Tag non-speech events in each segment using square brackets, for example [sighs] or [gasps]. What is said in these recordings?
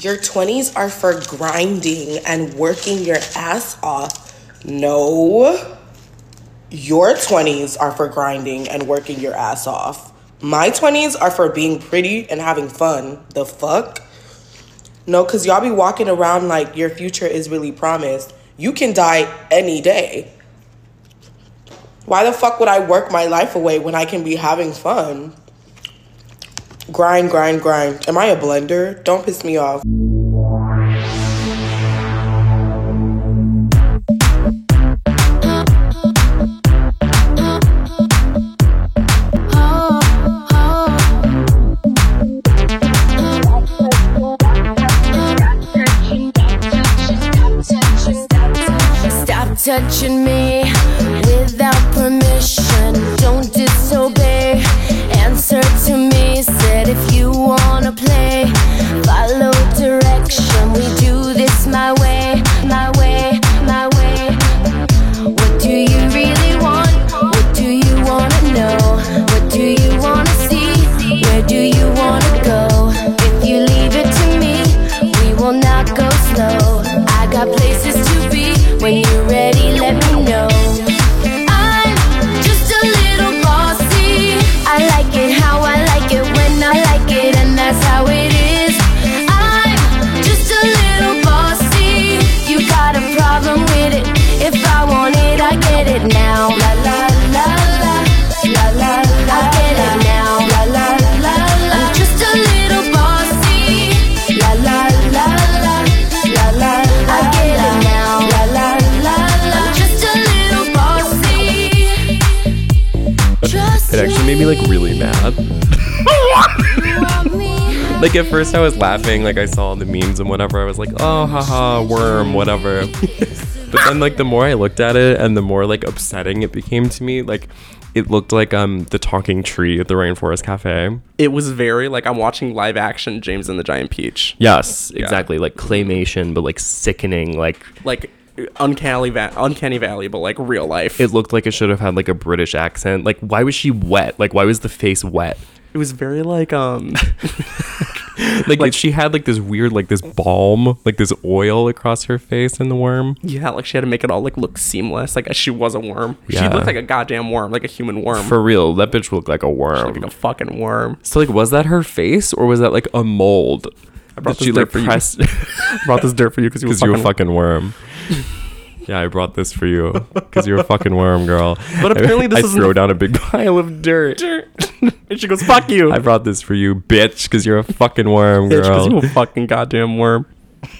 your 20s are for grinding and working your ass off. No. Your 20s are for grinding and working your ass off. My 20s are for being pretty and having fun. The fuck? No, because y'all be walking around like your future is really promised. You can die any day. Why the fuck would I work my life away when I can be having fun? Grind, grind, grind. Am I a blender? Don't piss me off. Stop touching me without permission. Don't disobey. Answer to me. Said if you wanna play, follow direction. We do this my way, my way, my way. What do you really want? What do you wanna know? What do you wanna see? Where do you wanna go? If you leave it to me, we will not go slow. I got places to be. When you're ready, let me know. I'm just a little bossy. I like it how I like it when I like it, and that's how it is. I'm just a little bossy. You got a problem with it. If I want it, I get it now. La la la la. La la la. I get it now. La la la la. I'm just a little bossy. La la la la. La la la. I get it now. La la la la. I'm just a little bossy. Trust It actually made me like really mad. me. Like at first I was laughing, like I saw the memes and whatever. I was like, oh haha, worm, whatever. [laughs] but then like the more I looked at it and the more like upsetting it became to me, like it looked like um the talking tree at the Rainforest Cafe. It was very like I'm watching live action James and the Giant Peach. Yes, exactly. Like claymation, but like sickening. Like Like uncanny, va- uncanny valley, but like real life. it looked like it should have had like a British accent. Like why was she wet? Like why was the face [laughs] wet? it was very like um. [laughs] Like, she had like this weird like this balm, like this oil across her face in the worm. Yeah, like she had to make it all like look seamless. Like she was a worm. Yeah. She looked like a goddamn worm, like a human worm, For real, that bitch looked like a like worm. a [laughs] fucking worm. So like, was that her face or was that like a mold? I brought this dirt for you. [laughs] Brought this dirt for you because you, because you were a fucking [laughs] worm. yeah, I brought this for you because you're a fucking worm, girl. But [laughs] apparently this I isn't throw the- down a big pile of dirt. [laughs] and she goes, "Fuck you." I brought this for you, bitch, because you're a fucking worm, bitch, 'cause you girl. a fucking goddamn worm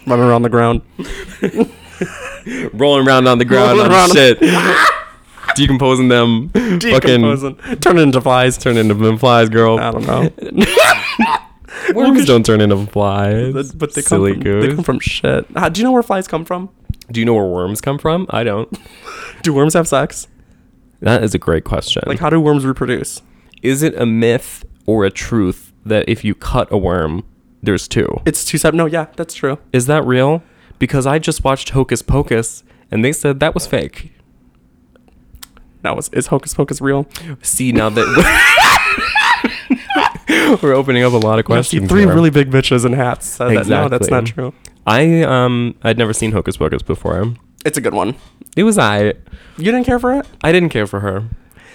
running around [laughs] the ground. Rolling around on the ground, Rolling on around. shit, [laughs] decomposing them, fucking Decomposing, turning into flies. turn into them flies, girl. I don't [laughs] know, Worms don't turn into flies. but, but they come silly from, goose. they come from shit. How, do you know where flies come from? Do you know where worms come from? I don't. Do worms have sex? That is a great question. Like, how do worms reproduce? is it a myth or a truth that if you cut a worm, there's two? It's two separate. No, yeah, that's true. Is that real? Because I just watched Hocus Pocus and they said that was fake. Now is, is Hocus Pocus real? See now that [laughs] we're opening up a lot of I see questions. three here. really big bitches in hats. Said that. No, that's Exactly. not true. I um I'd never seen Hocus Pocus before. It's a good one. It was I. You didn't care for it? I didn't care for her.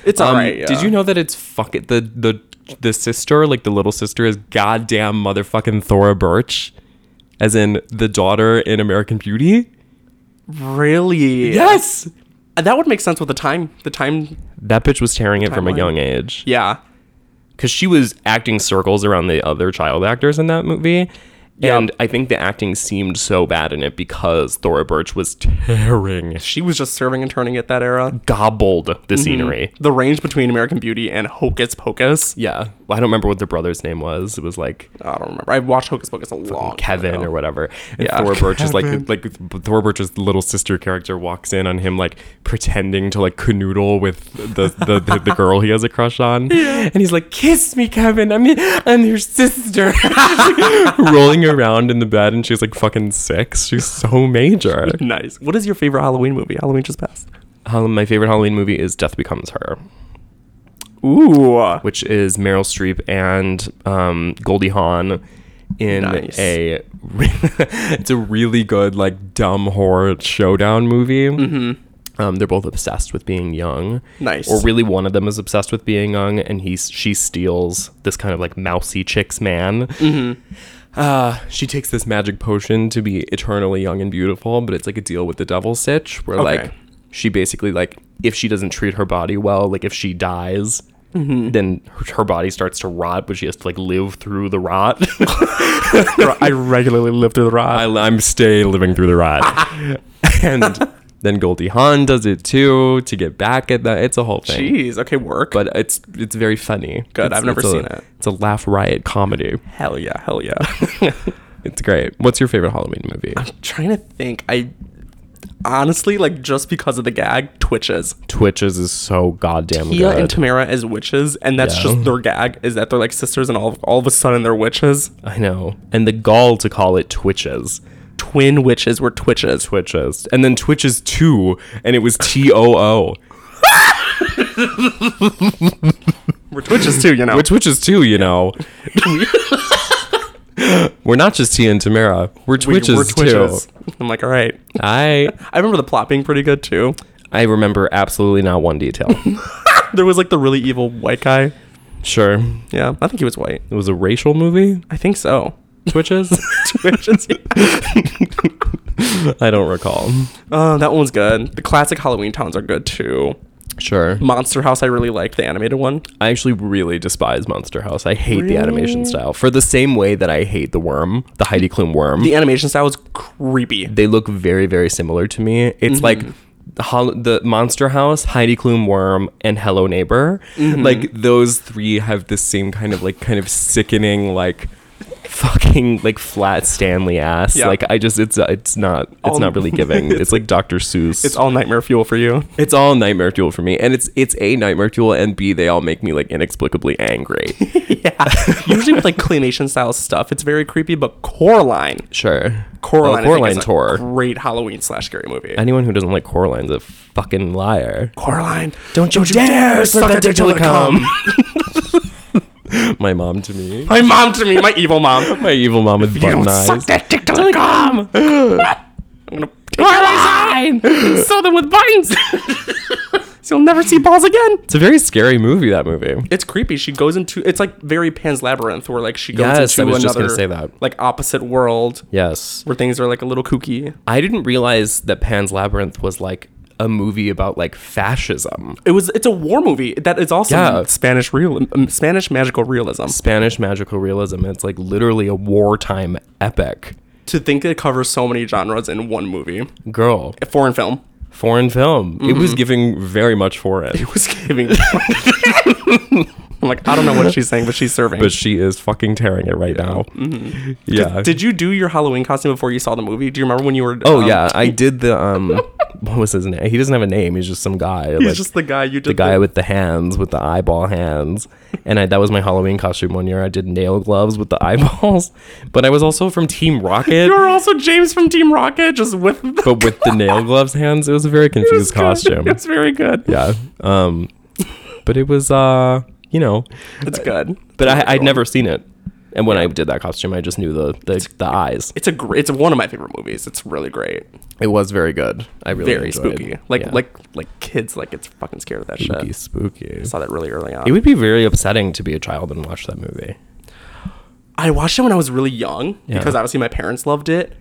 It's Um, alright. Did you know that it's fuck it the the the sister like the little sister is goddamn motherfucking Thora Birch, as in the daughter in American Beauty. Really? Yes. That would make sense with the time. The time. That bitch was tearing it from a Timeline. young age. Yeah. Because she was acting circles around the other child actors in that movie. Yeah. And I think the acting seemed so bad in it because Thora Birch was tearing, She was just serving and turning at that era. gobbled Mm-hmm. the scenery. The range between American Beauty and Hocus Pocus. Yeah. Well, I don't remember what the brother's name was. It was like I don't remember. I watched Hocus Pocus a long Kevin time ago. or whatever. And Yeah. Thora Birch is like, like Thora Birch's little sister character walks in on him, like pretending to like canoodle with the, the, the, the girl he has a crush on. And he's like, kiss me, Kevin. I'm, I'm your sister. [laughs] Rolling around in the bed and she's like fucking six. She's so [laughs] major. Nice. What is your favorite Halloween movie? Halloween just passed. Um, my favorite Halloween movie is Death Becomes Her, Ooh. which is Meryl Streep and um, Goldie Hawn in Nice. a [laughs] it's a really good like dumb horror showdown movie. Mm-hmm. Um, they're both obsessed with being young. Nice. Or really, one of them is obsessed with being young, and he she steals this kind of like mousy chicks man. Uh, she takes this magic potion to be eternally young and beautiful, but it's like a deal with the devil sitch where Okay. like she basically like if she doesn't treat her body well, like if she dies, Mm-hmm. then her, her body starts to rot, but she has to like live through the [laughs] rot. I regularly live through the ride. I, I'm stay living through the rot, [laughs] and then Goldie Hawn does it too to get back at that. It's a whole thing, Jeez. Okay, work. but it's it's very funny. Good, It's- I've never it's a- seen it. It's a laugh riot comedy. hell yeah, hell yeah. [laughs] It's great. What's your favorite Halloween movie? Trying to think. I honestly like just because of the gag, twitches. Twitches is so goddamn Tia good. and Tamara as witches, and that's Yeah. just their gag is that they're like sisters, and all all of a sudden they're witches. I know. And the gall to call it Twitches. Twin witches were twitches. Twitches. And then Twitches 2, and it was T O [laughs] O. We're twitches too, you know. Which Twitches 2, you [laughs] know. we're not just Tia and Tamara. We're We- Twitches, too. I'm like, all right. I I remember the plot being pretty good too. I remember absolutely not one [laughs] detail. There was like the really evil white guy. sure. Yeah, I think he was white. It was a racial movie? I think so. [laughs] [laughs] Twitches? Twitches. I don't recall. Oh, that one was good. The classic Halloween towns are good too. Sure. Monster House, I really liked the animated one. I actually really despise Monster House. I hate the animation style. For the same way that I hate the worm, the Heidi Klum worm. The animation style was creepy. they look very very similar to me it's like Mm-hmm. Hol- the monster house heidi klum worm and hello neighbor Mm-hmm. like those three have the same kind of like kind of sickening like fucking like flat stanley ass Yeah. like i just it's uh, it's not it's All- [laughs] not really giving it's, like dr seuss It's all nightmare fuel for you. it's all nightmare fuel for me and it's it's a nightmare fuel and b they all make me like inexplicably angry [laughs] Yeah. Usually with like claymation style stuff, it's very creepy, but Coraline. sure Coraline, I oh, think, coraline is a tour Great Halloween slash scary movie. anyone who doesn't like coraline's a fucking liar Coraline. Don't you, dare suck that dick till it come. My mom to me. [laughs] My mom to me, my evil mom. [laughs] My evil mom with button eyes. that dick till [laughs] it come. I'm gonna Coraline! Sew them with buttons. [laughs] so you'll never see balls again. It's a very scary movie, that movie. It's creepy. She goes into it's like very Pan's Labyrinth, where like she goes Yes, into I was just another gonna say that. like opposite world Yes. where things are like a little kooky. I didn't realize that Pan's Labyrinth was like a movie about like fascism. It was it's a war movie that is also Yeah. Spanish real um, Spanish magical realism. Spanish magical realism. It's like literally a wartime epic. To think it covers so many genres in one movie, Girl, a foreign film. [laughs] foreign film. It was giving very much foreign. Mm-hmm. It was giving. [laughs] I'm like I don't know what she's saying, but she's serving. But she is fucking tearing it right now. Yeah. Mm-hmm. did you do your Halloween costume before you saw the movie? Do you remember when you were? Oh um, [laughs] yeah, I did the um. [laughs] what was his name? He doesn't have a name. He's just some guy. he's just the guy you did. the guy with the hands, with the eyeball hands. And I, that was my Halloween costume one year. I did nail gloves with the [laughs] eyeballs, but I was also from Team Rocket, You're also James from Team Rocket, just with. [laughs] The, but with the [laughs] nail gloves hands. It was a very confused good. costume. It's very good. [laughs] Yeah. Um, but it was uh, you know, It's good. but I, I'd never seen it. And when I did that costume, I just knew the the, the eyes. It's a great. It's one of my favorite movies. It's really great. It was very good. I really Very enjoyed. spooky. Like Yeah. like like kids like it's fucking scared of that spooky, shit. spooky. I saw that really early on. It would be very upsetting to be a child and watch that movie. I watched it when I was really young because obviously my parents loved it.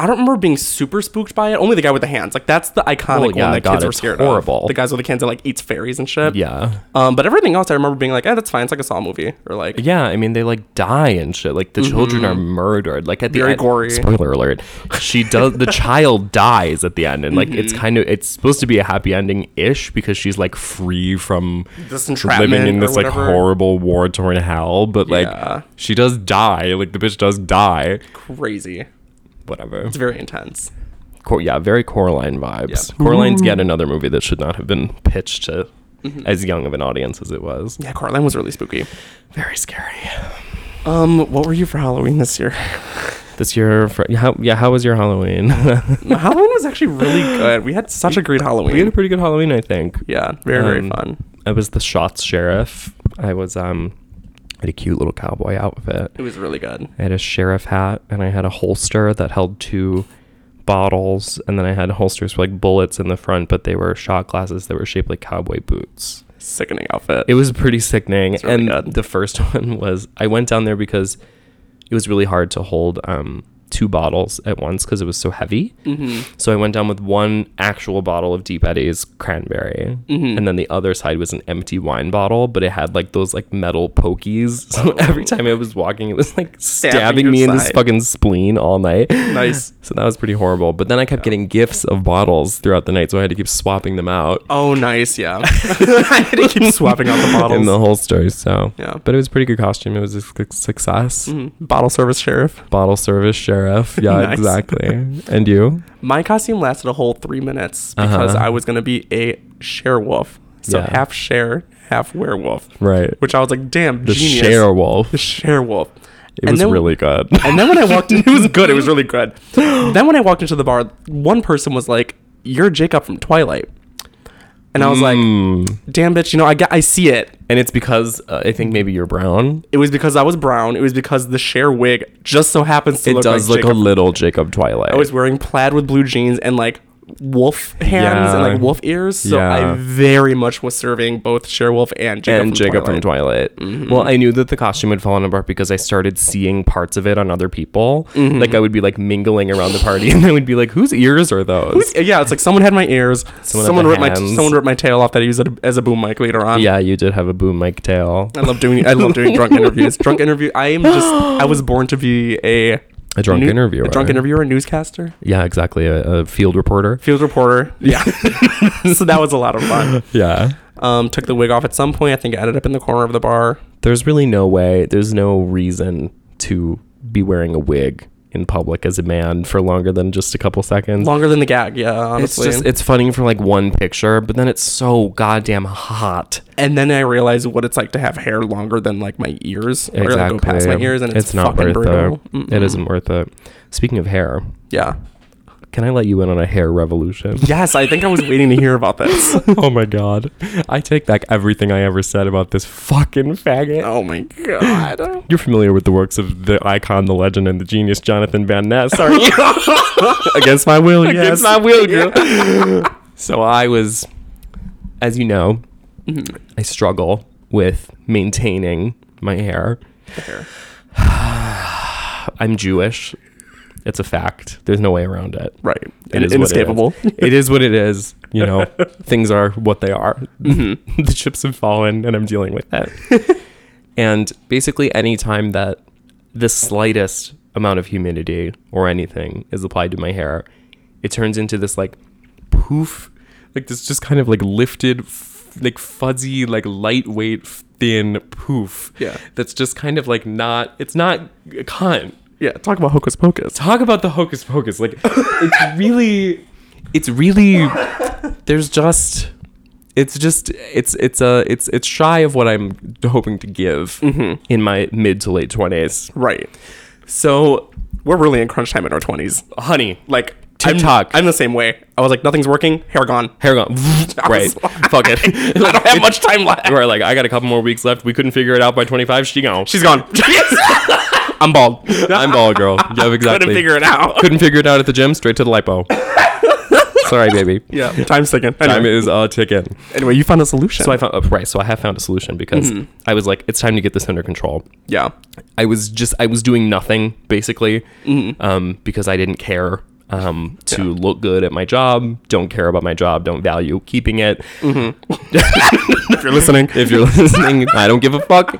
I don't remember being super spooked by it. Only the guy with the hands. Like that's the iconic Well, yeah, one that God, kids were it's scared horrible. of. The guys with the hands that like eats fairies and shit. Yeah. Um, but everything else, I remember being like, eh, that's fine. It's like a Saw movie or like Yeah, I mean they like die and shit. Like the children are murdered. Like at the Mm-hmm. Very end, gory. spoiler alert. She does [laughs] the child dies at the end, and like Mm-hmm. it's kind of it's supposed to be a happy ending ish because she's like free from This living entrapment in or this like whatever. horrible war torn hell. But like Yeah. she does die. Like the bitch does die. crazy. Whatever. It's very intense. Cor- yeah, very Coraline vibes. Yeah. Coraline's yet another movie that should not have been pitched to Mm-hmm. as young of an audience as it was. Yeah, Coraline was really spooky. Very scary. Um, what were you for Halloween this year? [laughs] This year, for, how, yeah, how was your [laughs] Halloween? Halloween was actually really good. We had such a great Halloween. We had a pretty good Halloween, I think. yeah, very very Um, fun. I was the shots sheriff. I was um had a cute little cowboy outfit. It was really good. I had a sheriff hat and I had a holster that held two bottles and then I had holsters for like bullets in the front, but they were shot glasses that were shaped like cowboy boots. Sickening outfit. It was pretty sickening. really and good. the first [laughs] one was I went down there because it was really hard to hold um, two bottles at once because it was so heavy. Mm-hmm. So I went down with one actual bottle of Deep Eddy's cranberry, Mm-hmm. and then the other side was an empty wine bottle, but it had like those like metal pokies. [laughs] So every time I was walking, it was like stabbing, Oh. your me in this side. fucking spleen all night. nice. [laughs] So that was pretty horrible. But then I kept getting gifts of bottles throughout the night, so I had to keep swapping them out. Oh, nice. Yeah. I had to [laughs] keep swapping out the bottles. in the holster. So Yeah. but it was a pretty good costume. It was a su- success. bottle service sheriff. Bottle service [laughs] sheriff. Yeah, Nice. exactly. And you? My costume lasted a whole three minutes because I was gonna be a sherewolf, so Yeah. half share, half werewolf. Right. Which I was like, damn, The genius. sherewolf. The sherewolf. It was really good. [laughs] [laughs] And then when I walked in, it was good. It was really good. [gasps] Then when I walked into the bar, one person was like, "You're Jacob from Twilight," and I was Mm. like, "Damn bitch, you know I get, I see it." And it's because uh, I think maybe you're brown. It was because I was brown. It was because the share wig just so happens to It look does like look Jacob. a little Jacob Twilight. I was wearing plaid with blue jeans and like wolf hands and Yeah. like wolf ears. So Yeah. I very much was serving both Sherewolf and Jacob and from Jacob Twilight. Mm-hmm. from Twilight. Well, I knew that the costume had fallen apart because I started seeing parts of it on other people. Mm-hmm. Like I would be like mingling around the party, [laughs] and I would be like, "Whose ears are those?" Yeah, it's like someone had my ears. Someone, had the ripped my hands. someone ripped my tail off that he used it as a boom mic later on. yeah, you did have a boom mic tail. I love doing I [laughs] love doing drunk interviews. Drunk interview. I am just I was born to be a A drunk new- interviewer. a drunk interviewer, a newscaster, Yeah, exactly. A, a field reporter. field reporter. [laughs] Yeah, [laughs] so that was a lot of fun. Yeah. Um, took the wig off at some point. I think I ended up in the corner of the bar. There's really no way, there's no reason to be wearing a wig in public as a man for longer than just a couple seconds. Longer than the gag, yeah. Honestly, It's just, it's funny for like one picture, but then it's so goddamn hot. and then I realized what it's like to have hair longer than like my ears, or like go past my ears, and it's, not fucking worth brutal. it. It isn't worth it. Speaking of hair, Yeah. can I let you in on a hair revolution? Yes, I think I was waiting to hear about this. [laughs] [laughs] oh my god. I take back everything I ever said about this fucking faggot. oh my god. You're familiar with the works of the icon, the legend, and the genius Jonathan Van Ness, [laughs] are you? Against my will, yes. Against my will, [laughs] girl. so I was, as you know, I struggle with maintaining my hair. [sighs] I'm Jewish. It's a fact. There's no way around it. Right. It is what it is. inescapable. [laughs] [laughs] it is what it is. You know, things are what they are. [laughs] the chips have fallen, and I'm dealing with that. and basically, any time that the slightest amount of humidity or anything is applied to my hair, it turns into this like poof, like this just kind of like lifted, f- like fuzzy, like lightweight, thin poof. Yeah. That's just kind of like not. It's not uh, a cunt Yeah, talk about hocus pocus. talk about the hocus pocus like it's [laughs] really it's really there's just it's just it's it's a it's it's shy of what i'm hoping to give Mm-hmm. in my mid to late 20s Right. so We're really in crunch time in our twenties. honey like Like I'm- TikTok. I'm, the same way. I was like, nothing's working. Hair gone. [laughs] hair gone right fuck it I don't have much time [laughs] left. you are like i got a couple more weeks left we couldn't figure it out by 25 she gone She's [laughs] gone. I'm bald. i'm bald [laughs] girl you have exactly Couldn't figure it out. couldn't figure it out at the gym straight to the lipo sorry baby [laughs] Yeah, time's ticking. time Anyway, is a ticking anyway, you found a solution. So I found oh, right. So I have found a solution because I was like, it's time to get this under control. [laughs] yeah, I was just I was doing nothing basically um, because I didn't care um, to look good at my job. Don't care about my job. Don't value keeping it. [laughs] if you're listening, If you're listening, I don't give a fuck.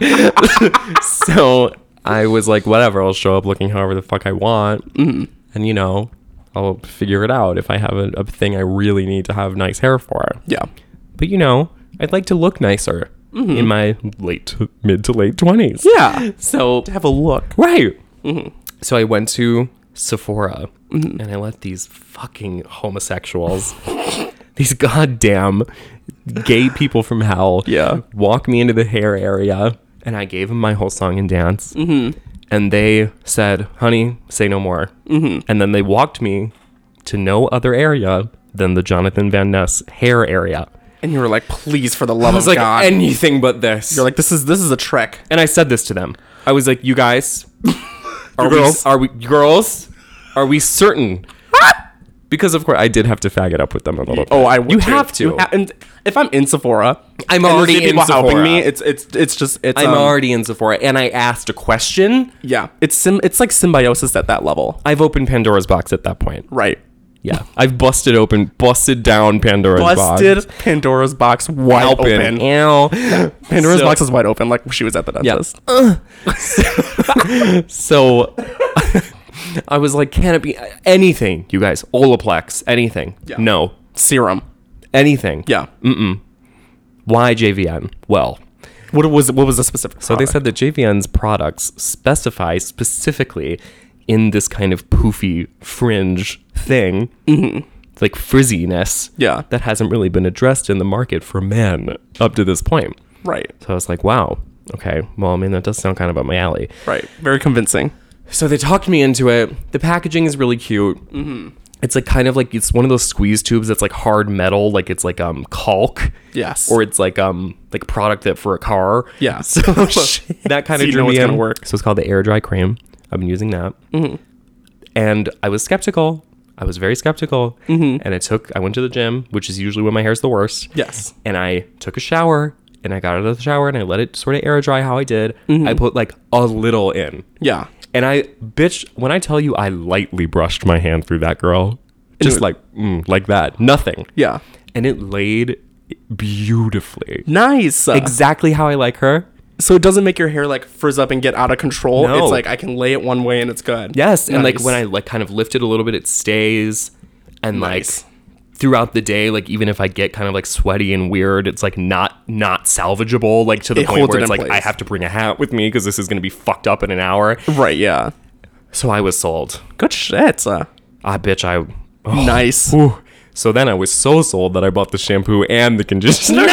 [laughs] so I was like, whatever. I'll show up looking however the fuck I want, and you know, I'll figure it out if I have a, a thing I really need to have nice hair for. yeah, but you know, I'd like to look nicer in my late mid to late twenties. Mm-hmm. yeah. Mm-hmm. So Have a look. right. So I went to Sephora Mm-hmm. and I let these fucking homosexuals, [laughs] these goddamn gay people from hell, Yeah. walk me into the hair area, and I gave them my whole song and dance. Mm-hmm. And they said, "Honey, say no more." Mm-hmm. And then they walked me to no other area than the Jonathan Van Ness hair area. And you were like, please, for the love I was of like God. anything but this. You're like, this is this is a trek. and I said this to them. I was like, you [laughs] guys, are girls. we, are we girls? Are we certain? [laughs] because of course I did have to fag it up with them a little. Bit. Oh, I would You too. have to. You ha- and if I'm in Sephora, I'm and there's already people in helping Sephora. me. It's it's it's just it's I'm um, already in Sephora, and I asked a question. yeah. It's sim. It's like symbiosis at that level, I've opened Pandora's box at that point. right? Yeah, I've busted open, busted down Pandora's box. Busted Pandora's box wide Open. open. Ew. Pandora's So- box is wide open, like she was at the Yeah. dentist. So [laughs] I was like, can it be anything, you guys? Olaplex, anything? No, Serum. anything. Yeah. Why JVN? Well, uh, What was what was the specific? so they said that JVN's products specify specifically in this kind of poofy fringe thing, like frizziness, Yeah. that hasn't really been addressed in the market for men up to this point. right, So I was like, wow. Okay, well, I mean, that does sound kind of up my alley. right, very convincing. So they talked me into it. The packaging is really cute. Mm-hmm. It's like kind of like it's one of those squeeze tubes that's like hard metal, like it's like um caulk. Yes. Or it's like um like product that for a car. [laughs] Yeah. [laughs] Oh, So that kind of So you drew know me it's gonna in. work. So it's called the air dry cream. I've been using that. Mm-hmm. And I was skeptical. I was very skeptical. Mm-hmm. And I took I went to the gym, which is usually when my hair's the worst Yes. and I took a shower and I got out of the shower and I let it sort of air dry how I did. Mm-hmm. I put like a little in. Yeah. And I, bitch, when I tell you I lightly brushed my hand through that girl, just Dude. like, mm, like that, nothing. Yeah. And it laid beautifully. Nice. Exactly how I like her. So it doesn't make your hair like frizz up and get out of control. No. It's like I can lay it one way and it's good. Yes. And like Nice. when I like kind of lift it a little bit, it stays. And Nice. like throughout the day, like even if I get kind of like sweaty and weird, it's like not not salvageable. Like to the It point holds where it it's in like I place. have to bring a hat with me because this is gonna be fucked up in an hour. right, yeah, So I was sold. good shit. Uh, I bitch I. oh. nice. [laughs] Whew. So then I was so sold that I bought the shampoo and the [laughs] conditioner.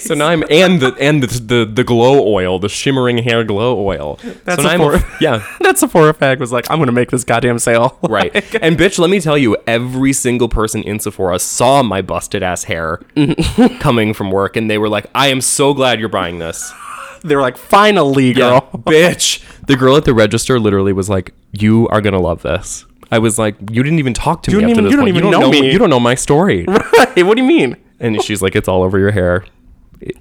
So now I'm and the and the, the the glow oil, the shimmering hair glow oil. That's so now a I'm four- [laughs] yeah. That Sephora fag was like, I'm gonna make this goddamn sale. [laughs] Right. And bitch, let me tell you, every single person in Sephora saw my busted ass hair Mm-hmm. [laughs] coming from work and they were like, I am so glad you're buying this. they were like, finally, Yeah, girl. [laughs] [laughs] bitch. The girl at the register literally was like, You are gonna love this. I was like, You didn't even talk to me don't up to even- this you don't point. even know me." You don't know my story. Right. What do you mean? and she's like, It's all over your hair.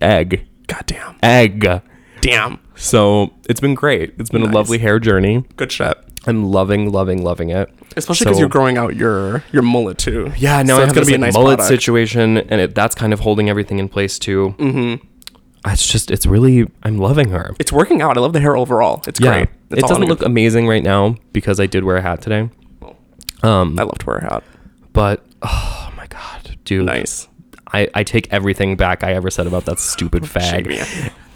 Egg. Goddamn. Egg. Damn. So it's been great. It's been a lovely hair journey. Good shit. I'm loving, loving, loving it. Especially because So- you're growing out your your mullet too. Yeah, now So it's gonna be a nice mullet product. situation, and it, that's kind of holding everything in place too. Mm-hmm. It's just, it's really, I'm loving her. It's working out. I love the hair overall. It's yeah, great. It's it all doesn't in a look good- amazing right now because I did wear a hat today, I love to wear a hat. but oh my god, dude, Nice. I, I take everything back I ever said about that [laughs] stupid fag,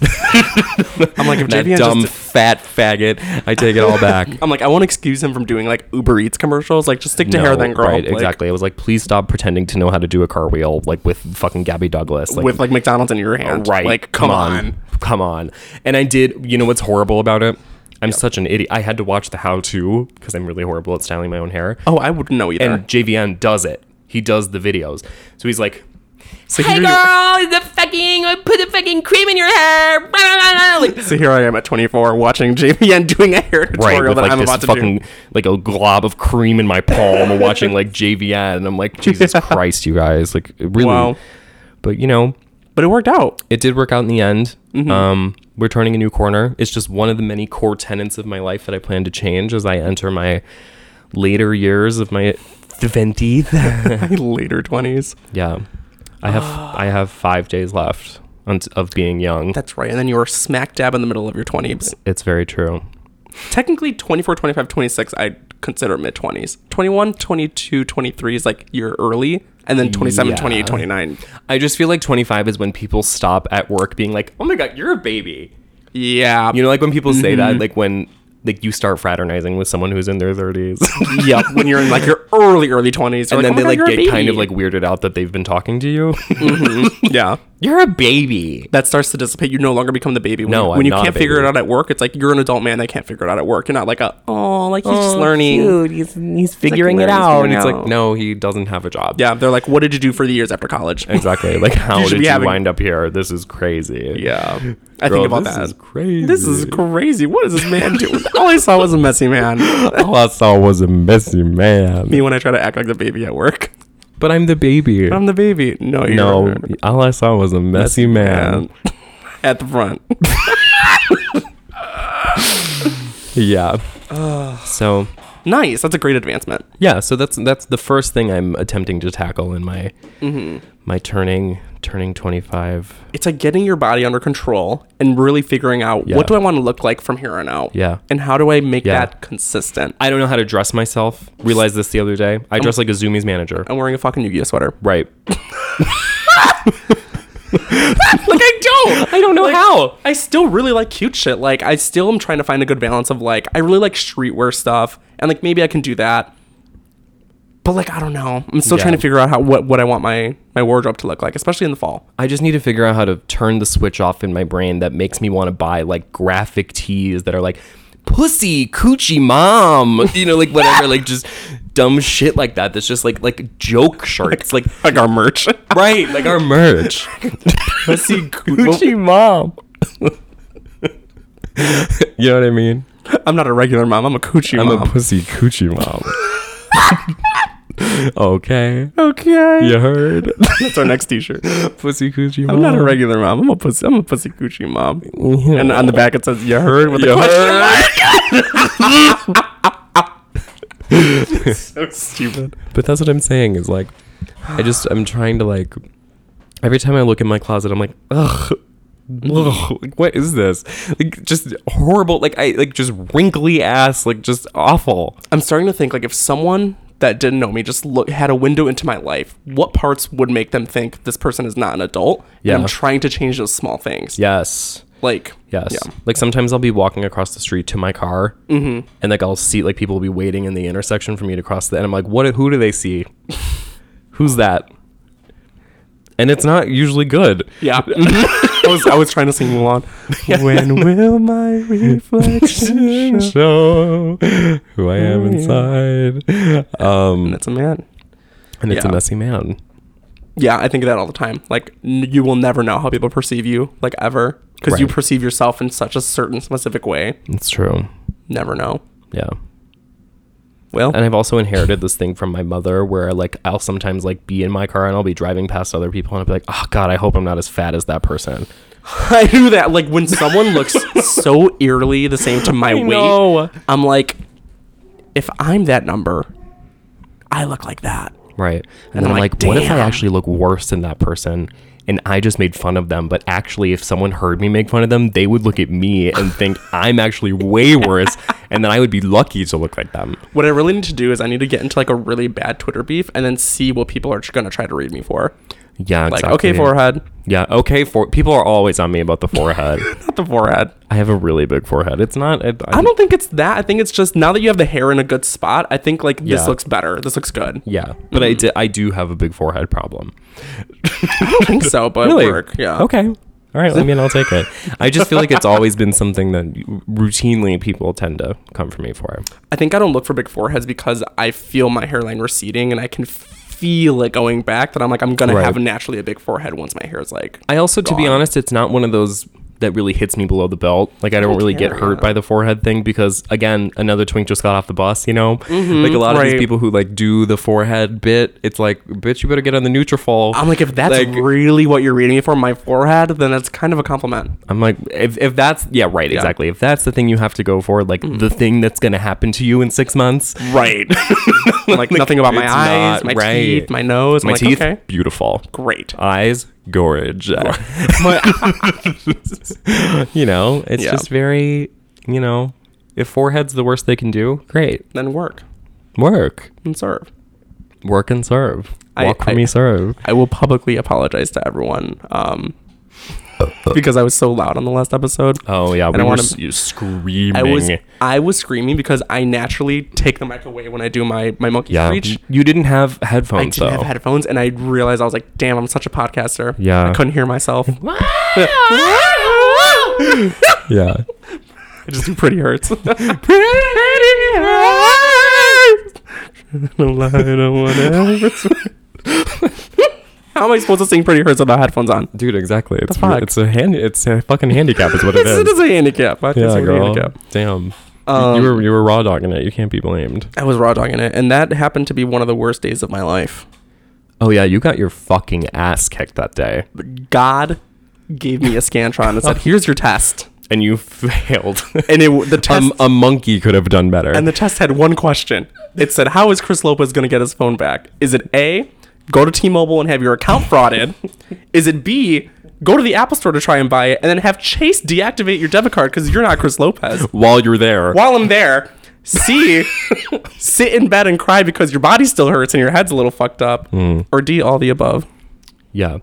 [laughs] I'm like if that JVN dumb just. fat faggot. I take it all back. [laughs] I'm like I won't excuse him from doing like Uber Eats commercials. Like just stick to hair No, then, girl. Right, Like, exactly. I was like, please stop pretending to know how to do a car wheel, like with fucking Gabby Douglas. Like, with like McDonald's in your hand. right. Like come, on. Come on. And I did, you know what's horrible about it? I'm such an idiot. I had to watch the how to because I'm really horrible at styling my own hair. Oh, I wouldn't know either. And JVN does it. He does the videos. So he's like, so Hey here you- girl, the fucking I put the fucking cream in your hair. Blah, blah, blah, blah. Like, so here I am at 24 watching [laughs] JVN doing a hair Right, tutorial with that like I'm this about to fucking do. like a glob of cream in my palm, watching like JVN, and I'm like, [laughs] Jesus Christ, you guys, like it really. Wow. But you know, But it worked out. it did work out in the end. Um, we're turning a new corner. It's just one of the many core tenets of my life that I plan to change as I enter my later years of my twenties. [laughs] [laughs] Later 20s. yeah, I have I have five days left unt- of being young. That's right. And then you were smack dab in the middle of your 20s. it's very true. Technically 24, 25, 26 I consider mid 20s. 21, 22, 23 is like year early and then 27, Yeah. 28, 29. I just feel like 25 is when people stop at work being like, "Oh my god, you're a baby." Yeah. You know, like when people say that, like when like you start fraternizing with someone who's in their [laughs] 30s. yeah, when you're in like your early early 20s and they're then "Oh my they God, like you're a get kind of baby." like weirded out that they've been talking to you. [laughs] yeah. You're a baby. that starts to dissipate. You no longer become the baby. When No, you, I'm when you not a can't figure baby. it out at work, it's like you're an adult man that can't figure it out at work. You're not like a oh, like he's just learning. He's, he's figuring learning, it he's out. figuring Oh, and it's it like, out. no, he doesn't have a job. Yeah, they're like, what did you do for the years after college? [laughs] [laughs] Exactly. Like, how should did be you having- wind up here? This is crazy. yeah, I Girl, think about this that. is crazy. This is crazy. What is this [laughs] man doing? All I saw was a messy man. All I saw was a messy man. Me when I try to act like the baby at work. [laughs] But I'm the baby. I'm the baby. No, you're no, all I saw was a messy man. at the front. [laughs] Yeah. so nice. That's a great advancement. yeah, so that's that's the first thing I'm attempting to tackle in my my turning turning 25. It's like getting your body under control and really figuring out Yeah. what do I want to look like from here on out. Yeah. And how do I make Yeah. that consistent? I don't know how to dress myself. Realized this the other day. I dress like a Zoomies manager. I'm wearing a fucking Yu-Gi-Oh sweater. Oh. Right. Like I [laughs] don't. I don't know how. I still really like cute shit. Like I still am trying to find a good balance of like I really like streetwear stuff and like maybe I can do that. But like I don't know. I'm still Yeah. trying to figure out how what what I want my my wardrobe to look like, especially in the fall. I just need to figure out how to turn the switch off in my brain that makes me want to buy like graphic tees that are like pussy coochie mom, [laughs] you know, like whatever, like just dumb shit like that. That's just like like joke shirts, like [laughs] Like our merch. right, like our [laughs] merch. Pussy mom. [laughs] you know what I mean? I'm not a regular mom. I'm a coochie I'm mom. a pussy coochie [laughs] mom. okay. okay. You heard? [laughs] [laughs] That's our next t-shirt. pussy coochie mom. I'm not a regular mom. I'm a pussy. I'm a pussy coochie mom. And on the back it says, "You [laughs] heard?" With the question mark. Stupid. But that's what I'm saying is like, I just, I'm trying to like, every time I look in my closet, I'm like, ugh. Ugh, like what is this? Like just horrible. Like I like just wrinkly ass. Like just awful. I'm starting to think like if someone that didn't know me just look had a window into my life, what parts would make them think this person is not an adult? Yeah. And I'm trying to change those small things. Yes. Like Yes. Yeah. Like sometimes I'll be walking across the street to my car, and like I'll see like people will be waiting in the intersection for me to cross the, and I'm like, what? Who do they [laughs] see? Who's that? And it's not usually good. Yeah. [laughs] I was I was trying to sing [laughs] Mulan. When will my reflection [laughs] show? Show who I Oh, am inside. And it's a man. And it's a Yeah. messy man. Yeah, I think of that all the time. Like n- you will never know how people perceive you, like ever, because you Right. perceive yourself in such a certain specific way. It's true. Never know. Yeah. Well, And I've also inherited this thing from my mother where like I'll sometimes like be in my car and I'll be driving past other people and I'll be like, oh God, I hope I'm not as fat as that person. [laughs] I do that. Like when someone [laughs] looks so eerily the same to my weight, know. I'm like, if I'm that number, I look like that. Right. And, then I'm I'm like, like, what if I "Damn." actually look worse than that person? And I just made fun of them. But actually, if someone heard me make fun of them, they would look at me and think I'm actually way worse. And then I would be lucky to look like them. What I really need to do is I need to get into like a really bad Twitter beef and then see what people are going to try to read me for. Yeah. Like, exactly. okay, forehead, Yeah. Okay. For people are always on me about the [laughs] forehead. not the forehead. I have a really big forehead. It's not. It, I don't think it's that. I think it's just now that you have the hair in a good spot, I think like Yeah. this looks better. This looks good. Yeah, but Mm-hmm. I di- I do have a big forehead problem. [laughs] I think so, but work. Yeah. Okay. All right. I mean, I'll take [laughs] it. I just feel like it's always been something that routinely people tend to come for me for. I think I don't look for big foreheads because I feel my hairline receding and I can feel it going back that I'm like, I'm going Right. to have naturally a big forehead once my hair is like. I also, to be Gone. honest, it's not one of those that really hits me below the belt. Like I don't really get care, hurt by the forehead thing because again, another twink just got off the bus, you know? like a lot of Mm-hmm, right. these people who like do the forehead bit, it's like, bitch, you better get on the Nutrafol. I'm like, if that's Like- really what you're reading for my forehead, then that's kind of a compliment. I'm like, if, if that's, yeah, right, exactly. If that's the thing you have to go for, like Hmm. the thing that's going to happen to you in six months, Right. [laughs] [laughs] like, nothing about my it's eyes, not my right. teeth, my nose. I'm my like, teeth, okay, beautiful. great. Eyes, gorge. [laughs] you know, it's Yeah. just very, you know, if forehead's the worst they can do, great. Then work Work. and serve. Work and serve. I- Walk for I- me, serve. [laughs] I will publicly apologize to everyone um, because I was so loud on the last episode. Oh yeah, And we I were wanna- s- you screaming. I was I was screaming because I naturally take the mic away when I do my my monkey yeah, screech. you didn't have headphones I didn't though. have headphones, and I realized I was like, "Damn, I'm such a podcaster." Yeah. I couldn't [laughs] hear myself. I yeah, just do pretty [laughs] hurts. [laughs] How am I supposed to sing pretty hurts without headphones on? dude, exactly. It's fuck? re- it's a hand. It's a fucking handicap. Is what [laughs] it This is. is a handicap. I yeah, yeah, girl. handicap. Damn. You- Um, you were you were raw dogging it. You can't be blamed. I was raw dogging it, and that happened to be one of the worst days of my life. Oh yeah, you got your fucking ass kicked that day, God gave me a [laughs] scantron and said, "Here's your test." and you [laughs] failed. And it w- the test Um, [laughs] a monkey could have done better. and the test had one question. It said, "How is Chris Lopez going to get his phone back? Is it A, go to T-Mobile and have your account frauded? is it B, go to the Apple Store to try and buy it, and then have Chase deactivate your debit card because you're not Chris Lopez?" while you're there, While I'm there, C, sit in bed and cry because your body still hurts and your head's a little fucked up, Hmm. or D, all the above. yeah,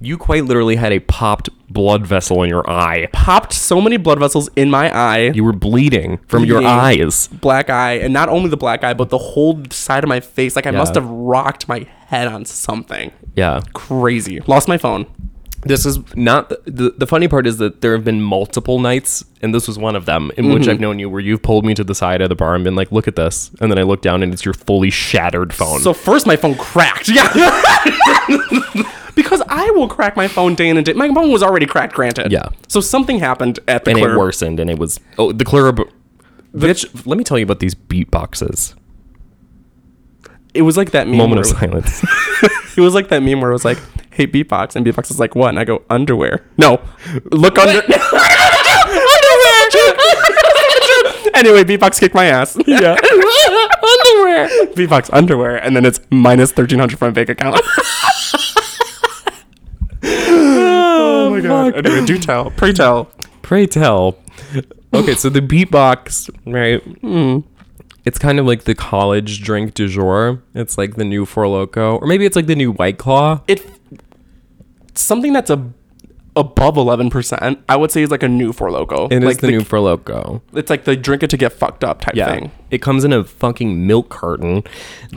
you quite literally had a popped blood vessel in your eye. Popped so many blood vessels in my eye. You were bleeding from your Bleeding. eyes. black eye, and not only the black eye, but the whole side of my face. Like I Yeah. must have rocked my head on something. Yeah. Crazy. Lost my phone. this is not the, the, the funny part is that there have been multiple nights and this was one of them in which Mm-hmm. i've known you where you've pulled me to the side of the bar and been like look at this and then i look down and it's your fully shattered phone So first my phone cracked. [laughs] Yeah. because I will crack my phone day in and day. My phone was already cracked, granted. Yeah. So something happened at the and club. it worsened and it was oh the clear bitch let me tell you about these beatboxes It was like that meme. moment where of it was- [laughs] silence It was like that meme where it was like, "Hey, beatbox," and beatbox is like, "What?" And I go, "Underwear." No, look under. [laughs] underwear. anyway, beatbox kicked my ass. [laughs] Yeah, underwear. Beatbox underwear, and then it's minus thirteen hundred from my bank account. [laughs] oh my god! Anyway, do tell, pray tell. pray tell okay so the beatbox right Mm-hmm. it's kind of like the college drink du jour it's like the new four loco or maybe it's like the new white claw It something that's a above eleven percent. I would say is like a new for loco. It is like the, new four loco It's like the drink it to get fucked up type thing. It comes in a fucking milk carton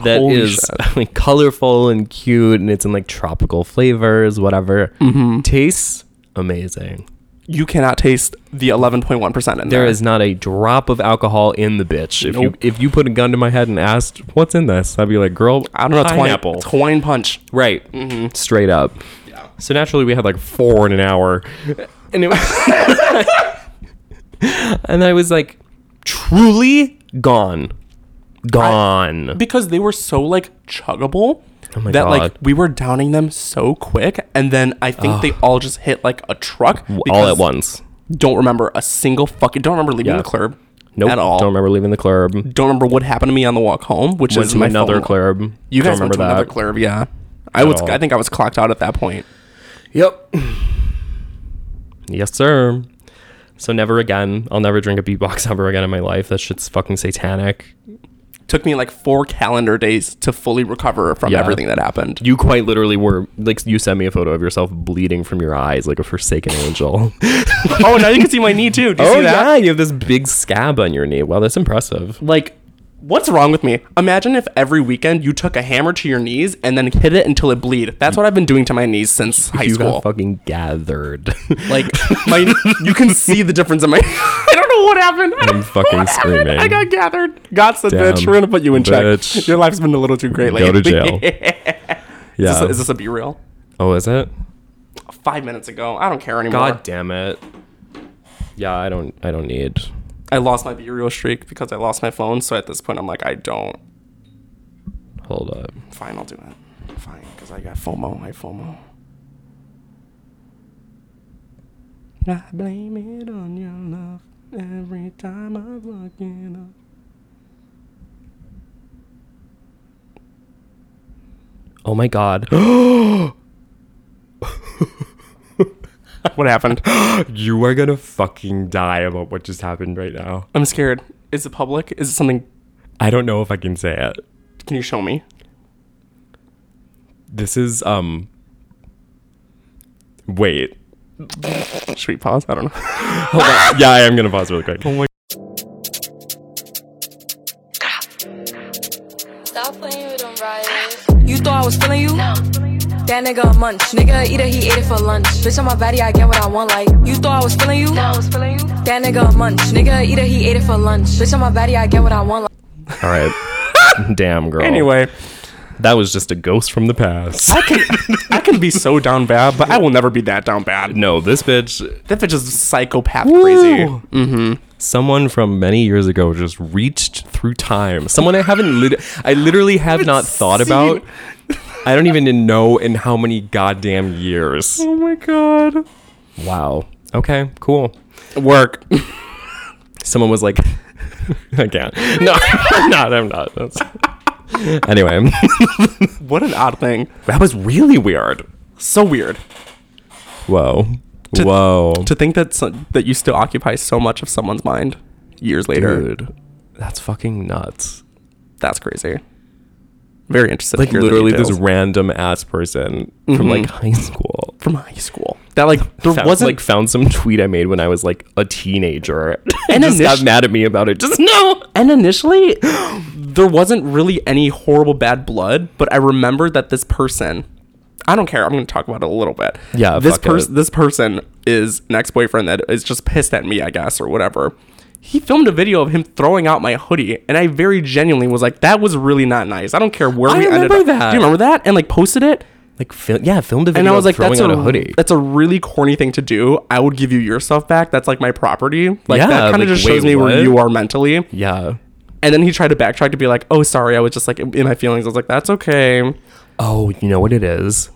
that is [laughs] Holy like colorful and cute and it's in like tropical flavors, whatever. Mm-hmm. Tastes amazing. you cannot taste the 11.1% in there. There is not a drop of alcohol in the bitch. If Nope. you if you put a gun to my head and asked, "What's in this?" I'd be like, "Girl, I don't know, Mm-hmm. pineapple." twine, twine punch. Right. Straight up. So naturally, we had like four in an hour. And it [laughs] was. and I was like, truly gone. Gone. Because they were so like chuggable Oh my that like God. we were downing them so quick and then I think they all just hit like a truck all because at once. Don't remember a single fucking don't remember leaving Yeah. the club Nope. at all. Don't remember leaving the club. Don't remember what happened to me on the walk home, which Went is to my another phone. club. You guys Don't went to another club, yeah. I was all. I think I was clocked out at that point. Yep. yes, sir. So never again. I'll never drink a beatbox ever again in my life. That shit's fucking satanic. Took me like 4 calendar days to fully recover from Yeah. everything that happened. [laughs] You quite literally were like you sent me a photo of yourself bleeding from your eyes like a forsaken angel. [laughs] oh, now you can see my knee too. Oh, Do you see that? you have this big scab on your knee. Wow, that's impressive. like what's wrong with me imagine if every weekend you took a hammer to your knees and then hit it until it bleed that's what i've been doing to my knees since high you school got fucking gathered. [laughs] [laughs] like my you can see the difference in my [laughs] i don't know what happened I don't I'm know fucking [laughs] what happened. screaming. i got gathered god said Damn, bitch we're gonna put you in check bitch. your life's been a little too great Go lately to jail. [laughs] is, yeah. this, is this a be real oh, is it? five minutes ago i don't care anymore God damn it. Yeah, I don't. I don't need. i lost my be real streak because i lost my phone so at this point i'm like i don't Hold up. fine i'll do it fine because i got fomo i fomo I blame it on your love every time I look it up. Oh my god. [gasps] [laughs] What happened? [gasps] you are gonna fucking die about what just happened right now. I'm scared. Is it public? Is it something? I don't know if I can say it. Can you show me? This is um. Wait. Should we pause? I don't know. yeah, I am gonna pause really quick. Oh Stop playing with them riots. You thought I was feeling you? That nigga a munch. Nigga either he ate it for lunch. Bitch on my body, I get what I want. Like you thought I was feeling you? That nigga a munch. Nigga either he ate it for lunch. Bitch on my body, I get what I want. Like All [laughs] right. Damn girl. Anyway, that was just a ghost from the past. I can I can be so [laughs] down bad, but I will never be that down bad. No, this bitch. That bitch is psychopath Crazy. crazy. Mm, Someone from many years ago just reached through time. Someone I haven't lit- I literally have not thought about. I don't even know in how many goddamn years. Oh my god. Wow. Okay, cool. Work. [laughs] Someone was like [laughs] I can't. No, [laughs] I'm not. I'm not. That's... [laughs] Anyway, [laughs] What an odd thing. that was really weird. So weird Whoa. Whoa. to think that so, that you still occupy so much of someone's mind years later. Dude, that's fucking nuts. That's crazy. Very interested. to Like hear the literally this details. Mm-hmm. random ass person from like high school. from high school. That like [laughs] there Found, wasn't like found some tweet I made when I was like a teenager [laughs] and And just got init- mad at me about it. Just no. And initially, [gasps] there wasn't really any horrible bad blood, but I remember that this person, I don't care. I'm going to talk about it a little bit. Yeah, this fuck it. person, this person is an ex-boyfriend that is just pissed at me, I guess, or whatever. He filmed a video of him throwing out my hoodie, and I very genuinely was like, "That was really not nice." I don't care where I we ended remember up. that. Do you remember that? And like posted it. like fil- yeah, filmed a video And I was like, throwing that's on a, a hoodie. that's a really corny thing to do. I would give you your stuff back. That's like my property. Like Yeah, that kind like, of just wait, shows me what? where you are mentally. yeah. And then he tried to backtrack to be like, oh, sorry, I was just like in my feelings. I was like, that's okay. Oh, you know what it is?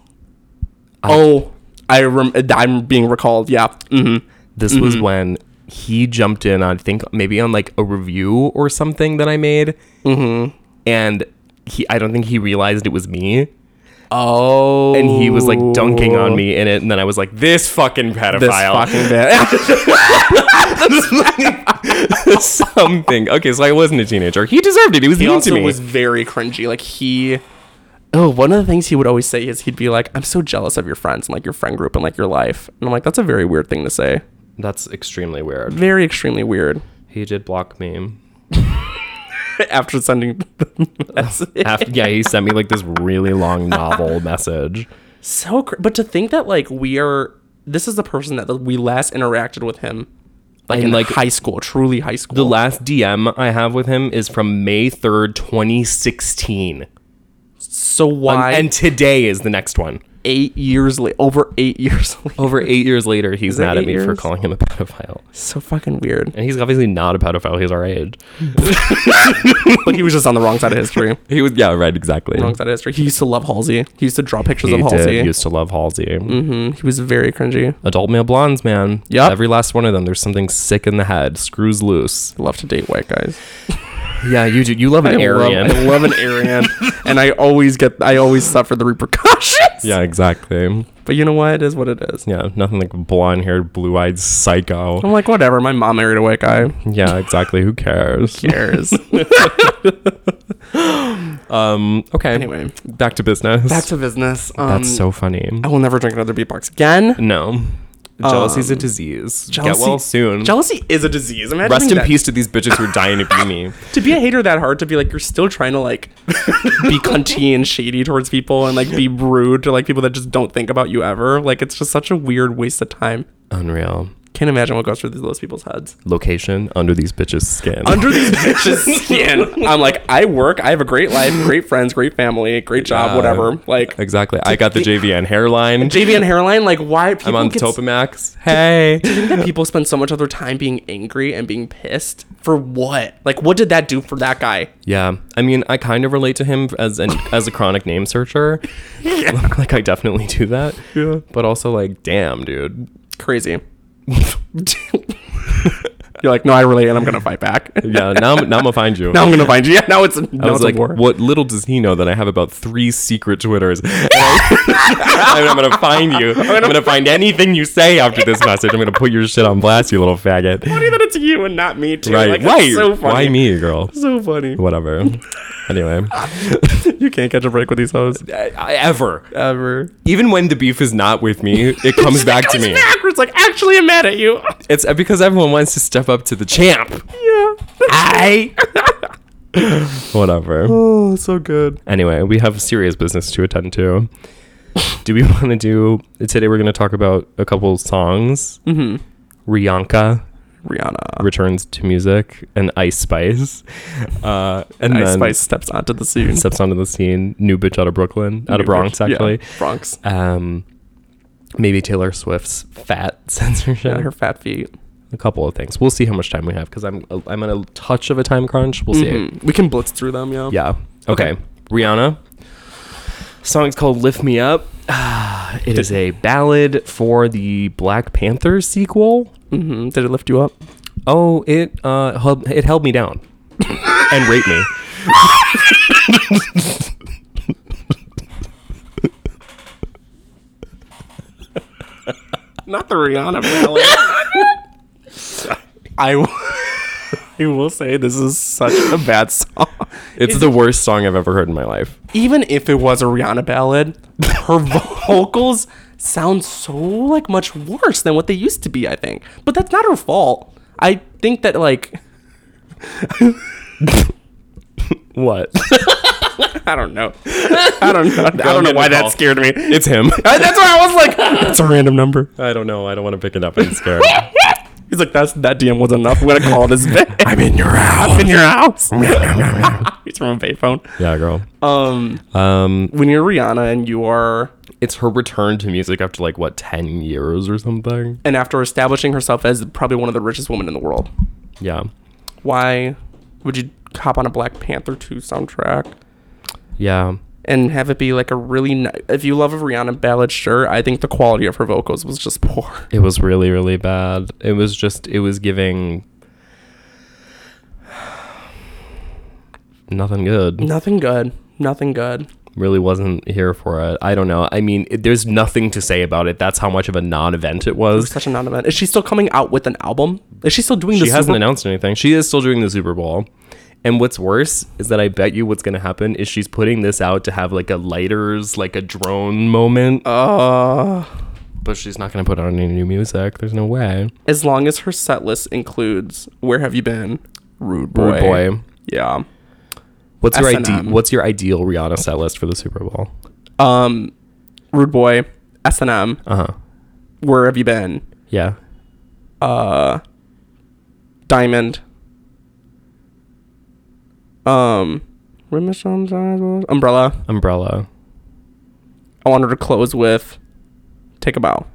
oh, I rem- I'm being recalled. Yeah. hmm This was when he jumped in on, I think maybe on like a review or something that I made. Mm-hmm. And he, I don't think he realized it was me. Oh. And he was like dunking on me in it. And then I was like, this fucking pedophile. This fucking [laughs] bad. [laughs] something. Okay, so I wasn't a teenager. He deserved it. He was he mean to also me. was very cringy. Like he. Oh, one of the things he would always say is he'd be like, I'm so jealous of your friends and like your friend group and like your life. And I'm like, that's a very weird thing to say. That's extremely weird. Very extremely weird. He did block me. After sending [laughs] the message. After, yeah, he sent me like this really long [laughs] novel message. so cr- but to think that like we are this is the person that we last interacted with him like And, in like, like high school truly high school The last DM I have with him is from May 3rd, 2016. so why and today is the next one. eight years late over eight years [laughs] late Over eight years later, he's that mad at eight me for years? calling him a pedophile. so fucking weird [laughs] And he's obviously not a pedophile. He's our age. but he was just on the wrong side of history [laughs] He was, yeah, right, exactly. wrong side of history he used to love halsey he used to draw pictures He of did, Mm-hmm. halsey used to love Halsey. he was very cringy Adult male blondes, man. Yup. Every last one of them, there's something sick in the head. Screws loose. love to date white guys Yeah, you do. You love an I love, Aryan. I [laughs] love an Aryan, and I always get, I always suffer the repercussions. yeah, exactly. but you know what? It is what it is. Yeah, nothing like blonde-haired, blue-eyed psycho. I'm like, whatever. My mom married a white guy. Who Yeah, exactly. Who [laughs] cares? cares? Um. Okay. Anyway. back to business. Back to business. Um, That's so funny. I will never drink another beatbox again. No, jealousy's a disease. Um, jealousy- Get well soon. Jealousy is a disease. Imagine Rest in that- peace to these bitches who are dying to be [laughs] me. To be a hater that hard, to be like you're still trying to like [laughs] be cunty and shady towards people and like be rude to like people that just don't think about you ever. Like it's just such a weird waste of time. Unreal. Can't imagine what goes through these those people's heads. Location under these bitches' skin. [laughs] Under these bitches' skin, I'm like, I work, I have a great life, great friends, great family, great job, Uh, whatever. Like exactly. I got the JVN [laughs] hairline. JV and hairline, like why people I'm on get Topamax. [laughs] Hey. that people spend so much of their time being angry and being pissed for what? Like, what did that do for that guy? Yeah, I mean, I kind of relate to him as [laughs] an as a chronic name searcher. [laughs] like I definitely do that. Yeah, but also like, damn, [laughs] dude. [laughs] Crazy. You're like, no, I relate, and I'm gonna fight back. [laughs] Yeah, now I'm, now I'm gonna find you. [laughs] now I'm gonna find you. [laughs] Yeah, now it's now I was it's like, a war. what little does he know that I have about three secret Twitters? And I, [laughs] am gonna find you. I'm gonna, find anything you say after this message. I'm gonna put your shit on blast, you little faggot. Funny that it's you and not me too. Right, Like, it's right. So funny. Why me, girl? So funny. Whatever. Anyway, [laughs] [laughs] you can't catch a break with these hoes I, I, ever, ever. even when the beef is not with me, [laughs] it comes back to me. Backwards, like actually, I'm mad at you. [laughs] It's because everyone wants to step up to the [laughs] champ. yeah. I. [laughs] Whatever. [laughs] Oh, so good. Anyway, we have serious business to attend to. do we [laughs] want to do today? We're going to talk about a couple songs. Mm-hmm. Rihanka Rihanna. returns to music, and Ice Spice, [laughs] uh, and Ice then Spice steps onto the [laughs] scene. steps onto the scene. New bitch out of Brooklyn, out of Bronx, Yeah, actually. Bronx. Um, maybe Taylor Swift's fat [laughs] censorship. And her fat feet. a couple of things. We'll see how much time we have because I'm I'm on a touch of a time crunch. We'll see. Mm. We can blitz through them, yeah. Yeah. Okay. Okay. Rihanna. Song's called Lift Me Up. [sighs] It is a ballad for the Black Panther sequel. Mm, Did it lift you up? Oh, it uh held, it held me down [laughs] and raped me. Not the Rihanna [laughs] ballad. I, w- [laughs] I will say this is such a bad song. It's the worst song I've ever heard in my life. Even if it was a Rihanna ballad, [laughs] her vocals sound so like much worse than what they used to be. I think, but that's not her fault. I think that like What? [laughs] I don't know. [laughs] I don't know. [laughs] I don't know why that scared me. [laughs] It's [laughs] him. Uh, that's why I was like, [laughs] that's a random number. I don't know. I don't want to pick it up. I'm scared. [laughs] He's like, that's that DM was enough. I'm gonna call [laughs] this bit. I'm in your house. I'm in your house. He's from a payphone. yeah, girl. [laughs] Um, Um, when you're Rihanna and you are, it's her return to music after like what ten years or something. and after establishing herself as probably one of the richest women in the world, Yeah. why would you hop on a Black Panther 2 soundtrack Yeah. and have it be like a really ni- if you love a Rihanna ballad, sure. I think the quality of her vocals was just [laughs] poor. It was really, really bad. It was just, it was giving [sighs] nothing good. Nothing good. Nothing good. Really wasn't here for it. I don't know. I mean, it, there's nothing to say about it. That's how much of a non-event it was. Such a non-event. Is she still coming out with an album? Is she still doing She this? hasn't announced anything. She is still doing the Super Bowl. And what's worse is that I bet you what's going to happen is she's putting this out to have like a lighters, like a drone moment. Uh, but she's not going to put out any new music. There's no way. as long as her set list includes "Where Have You Been," "Rude Boy,", Rude boy. yeah. What's your ide- S&M. What's your ideal Rihanna set list for the Super Bowl? Um, "Rude Boy," S and M, Uh huh. "Where Have You Been," Yeah. "Diamond." Um, "Women Sometimes Was-" "Umbrella." Umbrella. I wanted to close with "Take a Bow."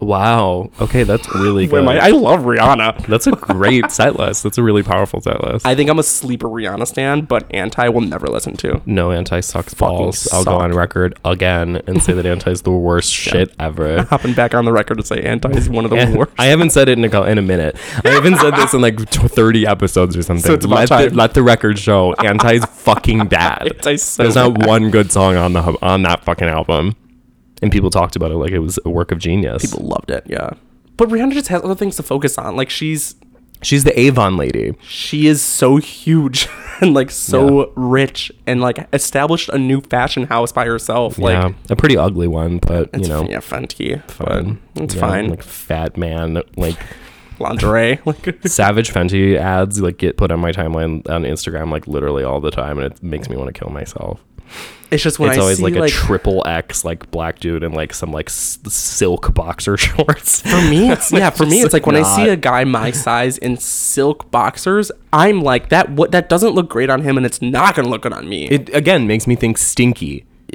Wow. Okay, that's really [laughs] Where good. am I? I love Rihanna. that's a great set list. That's a really powerful set list. I think I'm a sleeper Rihanna stand, but anti will never listen [laughs] to. no anti sucks balls. I'll go suck. on record again and say that anti is the worst [laughs] shit ever. Hopping back on the record to say anti is one of the And worst. I haven't said it in a, cou- in a minute. I haven't said this in like t- 30 episodes or something. it's about let, The, time. let the record show. Anti is fucking [laughs] bad. Anti's so There's not one good song on the hub- on that fucking album. And people talked about it like it was a work of genius. People loved it. Yeah. But Rihanna just has other things to focus on. Like she's She's the Avon lady. she is so huge [laughs] and like so rich and like established a new fashion house by herself. Like yeah, a pretty ugly one, but you know, yeah, Fenty, fun. but it's Yeah, fine. Like fat man, like Lingerie, [laughs] like Savage Fenty ads, like get put on my timeline on Instagram, like literally all the time, and it makes me want to kill myself. it's just when it's I always see like like, a triple X, like black dude in like some like s- silk boxer [laughs] shorts. for [laughs] me, it's, yeah, for me, Just, it's like when I see not- a guy my size in silk boxers, I'm like that. What that doesn't look great on him, and it's not gonna look good on me. it again makes me think stinky. [laughs]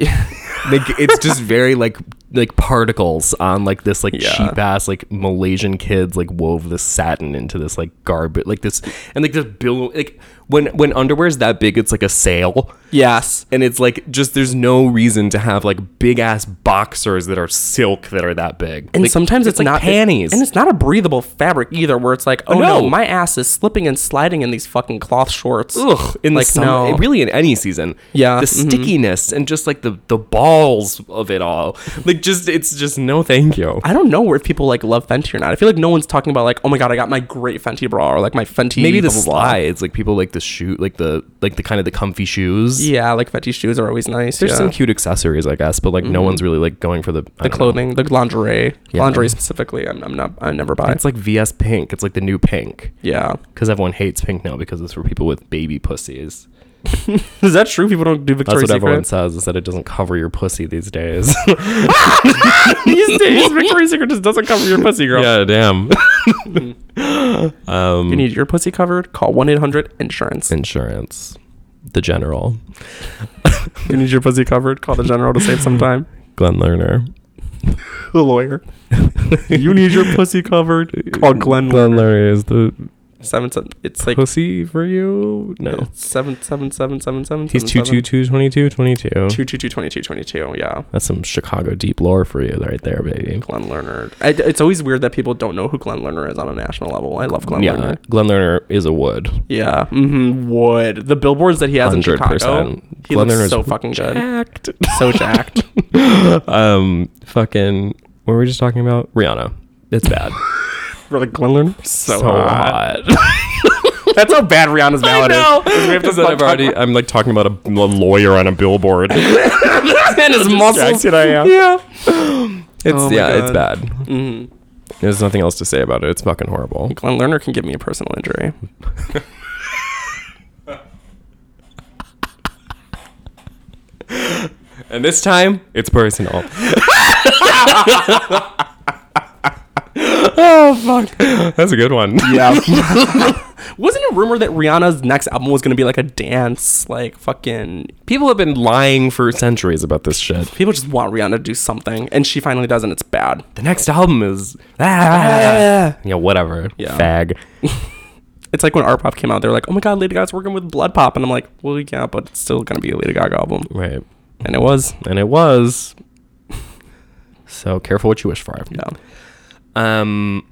like it's just very like like particles on like this like Yeah. cheap ass like Malaysian kids like wove this satin into this like garbage like this and like this bill like when when underwear is that big it's like a sale yes, and it's like just there's no reason to have like big ass boxers that are silk that are that big And Like, sometimes it's, like not panties and it's not a breathable fabric either. Where it's like, oh no. No. my ass is slipping and sliding in these fucking cloth shorts. ugh in like the summer, no, really in any season. Yeah, the mhm. stickiness and just like the the balls of it all. Like just it's just no thank you. I don't know where if people like love Fenty or not. I feel like no one's talking about like, oh my god, I got my great Fenty bra or like my Fenty. Maybe the blah, blah, blah. slides, like people like the the shoe, like the like the kind of the comfy shoes. Yeah, like fetty shoes are always nice. There's yeah. Mm-hmm. some cute accessories, I guess, but like no one's really like going for the I the don't know. clothing, the lingerie, Yeah. lingerie specifically. I'm, I'm not. I never buy. It's like VS Pink. It's like the new pink yeah. because everyone hates pink now because it's for people with baby pussies. Is that true? People don't do That's Victoria's what everyone Secret. says is that it doesn't cover your pussy these days. [laughs] [laughs] These days, Victoria's Secret just doesn't cover your pussy, [laughs] girl. yeah, [laughs] damn. [laughs] Um, You need your pussy covered. Call one eight hundred insurance. Insurance, the general, You need your pussy covered. Call the general to save [laughs] some time. Glenn Lerner, The lawyer. [laughs] you need your pussy covered. Call Glenn. Glenn Lerner is the Seven. seven it's like pussy for you. No, seven seven seven seven seven. he's two two two twenty two twenty two. two two two twenty two twenty two. Yeah. That's some Chicago deep lore for you, right there, baby. Glenn Lerner. I, it's always weird that people don't know who Glenn Lerner is on a national level. I love Glenn yeah, Lerner. Glenn Lerner is a wood. Yeah. Mm-hmm. Wood. The billboards that he has in Chicago. 100%. He Glenn looks Lerner's so fucking [laughs] good. So jacked. Um, fucking. What were we just talking about? Rihanna. It's bad. Really, Glenn Lerner. [laughs] So, so hot. hot. [laughs] That's how bad Rihanna's ballad know. is. We [laughs] have to Because then stop I've already, I'm like talking about a, a lawyer on a [laughs] billboard. [laughs] talking- and his muscles. I am. yeah. [gasps] It's Oh my yeah, it's bad. God. Mm-hmm. There's nothing else to say about it. It's fucking horrible. Glenn Lerner can give me a personal injury. And this time, it's [laughs] personal. oh Oh, fuck. That's a good one. Yeah. Wasn't it rumor that Rihanna's next album was going to be like a dance, like fucking [laughs] People have been lying for centuries about this shit. people just want Rihanna to do something, and she finally does, and it's bad. The next album is ah, yeah, whatever. Yeah. Fag. [sighs] It's like when Art Pop came out, they're like, "Oh my God, Lady Gaga's working with Blood Pop," and I'm like, "Well, yeah, but it's still gonna be a Lady Gaga album," Right. and it was. And it was. So careful what you wish for. Yeah, Um,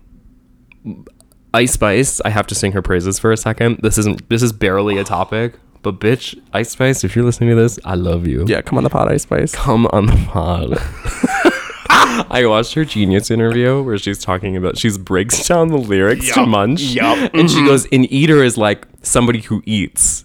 Ice Spice, I have to sing her praises for a second. This isn't. This is barely a topic, but bitch, Ice Spice, if you're listening to this, I love you. yeah. Come on the pod, Ice Spice. come on the pod. [laughs] I watched her genius interview where she's talking about she's breaks down the lyrics to Munch. Yep. And she goes, an eater is like somebody who eats.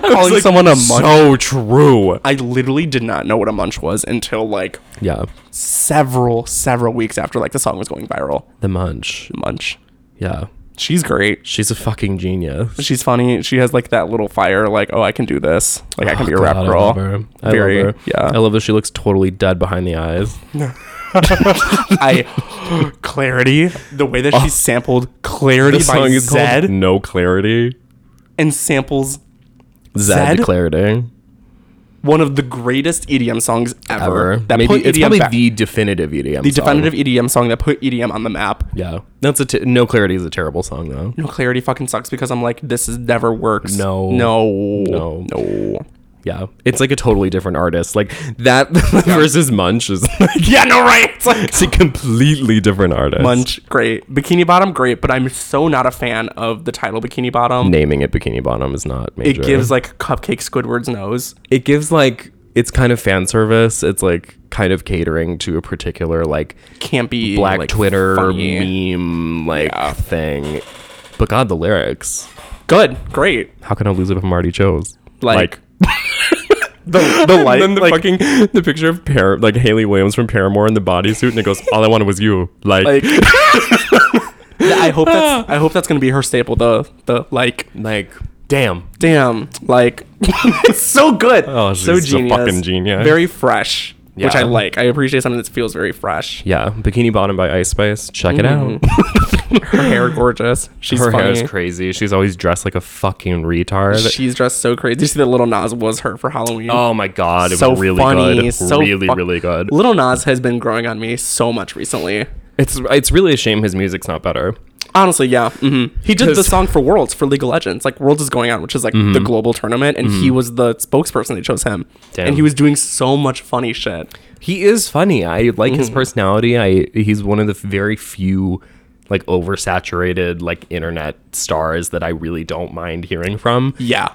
Calling someone a munch. So true. I literally did not know what a munch was until like Yeah. several, several weeks after like the song was going viral. The Munch. Munch. Yeah. She's great. She's a fucking genius. She's funny. She has like that little fire, like, oh, I can do this. Like, I can be a Oh, God, rap I girl. love her. I Very- love her. Yeah. I love that she looks totally dead behind the eyes. [laughs] I [gasps] clarity. The way that she sampled clarity Oh. This by song is Zed called No Clarity. and samples Zed, Zed? Clarity. one of the greatest EDM songs ever. Ever. That Maybe put it's EDM probably back- the definitive EDM. the song. definitive EDM song that put EDM on the map. Yeah, that's a t- no clarity is a terrible song though. No clarity fucking sucks because I'm like this is never works. No. no, No. no. Yeah, it's like a totally different artist. Like that [laughs] versus Munch is [laughs] like Yeah, no, right. It's like it's a completely different artist. Munch, great. Bikini Bottom, great. But I'm so not a fan of the title Bikini Bottom. naming it Bikini Bottom is not It major. gives like cupcake Squidward's nose. it gives like it's kind of fan service. It's like kind of catering to a particular like Can't be black like, Twitter funny. meme like thing. But God, the lyrics. Good, great. How can I lose if I'm already chose? Like- the the light, then [laughs] the fucking the picture of Par- like Haley Williams from Paramore in the bodysuit, and it goes, "All I wanted was you." [laughs] Like, I hope that's I hope that's gonna be her staple. The the like like damn damn like [laughs] it's so good. Oh, she's so a genius. fucking genius. Very fresh, which I Yeah. like. I appreciate something that feels very fresh. yeah bikini bottom by ice spice check it out [laughs] Her hair gorgeous. Mm-hmm. She's her funny. hair is crazy she's always dressed like a fucking retard She's dressed so crazy. Did you see that little Nas was her for Halloween? oh my god it so was really funny, good so really fuck- really good Little Nas has been growing on me so much recently. it's it's really a shame his music's not better Honestly, yeah. hmm He did the 'Cause- song for Worlds for League of Legends. Like Worlds is going on, which is like Mm-hmm. the global tournament, and he was the spokesperson. They chose him, Damn. and he was doing so much funny shit. he is funny i like his personality i he's one of the very few like oversaturated like internet stars that i really don't mind hearing from Yeah,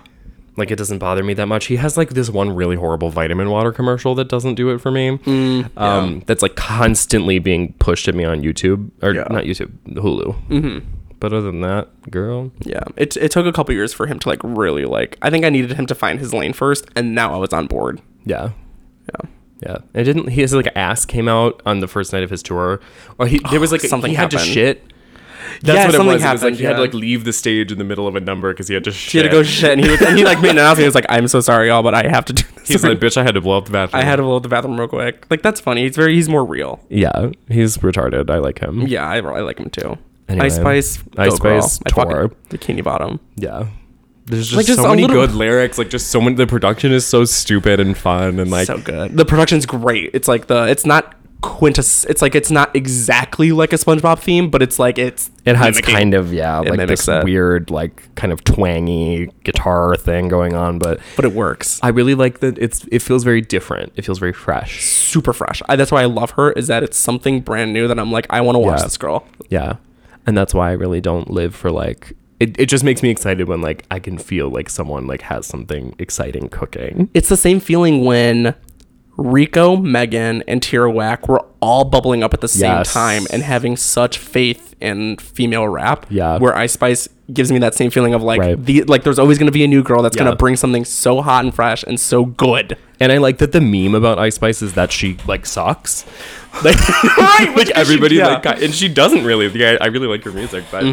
Like it doesn't bother me that much. He has like this one really horrible vitamin water commercial that doesn't do it for me. um, That's like constantly being pushed at me on YouTube or not YouTube, Hulu. Mm-hmm. But other than that, girl, Yeah, it it took a couple years for him to like really like. I think I needed him to find his lane first, and now I was on board. yeah, Yeah, yeah. It didn't. His like ass came out on the first night of his tour, or he there was like something he had to happened. shit. That's Yeah, what it something was. It was like happened, he had to yeah. like leave the stage in the middle of a number because he had to shit. he had to go shit, and he was, and he like made an announcement. He was like, "I'm so sorry, y'all, but I have to do [laughs] this." He's like, bitch, I had to blow up the bathroom. I had to go to the bathroom real quick. Like that's funny. He's very he's more real. Yeah, he's retarded. I like him. Yeah, I, I like him too. Anyway, Ice Spice, Ice Ice Spice, Spice, Tor. Bikini Bottom. Yeah. There's just, Like, just so a many little- good lyrics. Like just so many. The production is so stupid and fun and like so good. The production's great. It's like the it's not quintus. It's like it's not exactly like a SpongeBob theme, but it's like it's it has mimicking- kind of yeah it like mimics this that. weird like kind of twangy guitar thing going on. But but it works. I really like that. It's it feels very different. It feels very fresh. Super fresh. I, that's why I love her. Is that it's something brand new that I'm like I want to watch Yeah. this girl. Yeah, and that's why I really don't live for like. It, it just makes me excited when like I can feel like someone like has something exciting cooking. It's the same feeling when Rico, Megan, and Tirawack were all bubbling up at the same Yes. time and having such faith in female rap. Yeah. Where Ice Spice gives me that same feeling of like Right. the like there's always gonna be a new girl that's Yeah. gonna bring something so hot and fresh and so good. And I like that the meme about Ice Spice is that she like sucks. [laughs] Like, right, like everybody yeah. Mm-hmm. like got, and she doesn't really. Like, I, I really like her music, but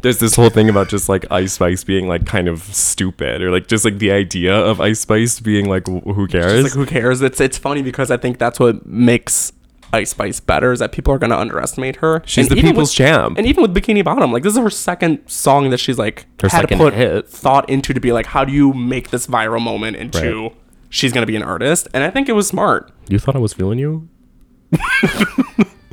there's this whole thing about just like Ice Spice being like kind of stupid or like just like the idea of Ice Spice being like wh- who cares? It's like who cares? It's it's funny because I think that's what makes Ice Spice better is that people are gonna underestimate her. She's the even people's with- champ. And even with Bikini Bottom, like this is her second song that she's like Her had to second put hit. thought into to be like, how do you make this viral moment into Right. she's gonna be an artist? And I think it was smart. you thought I was feeling you? [laughs]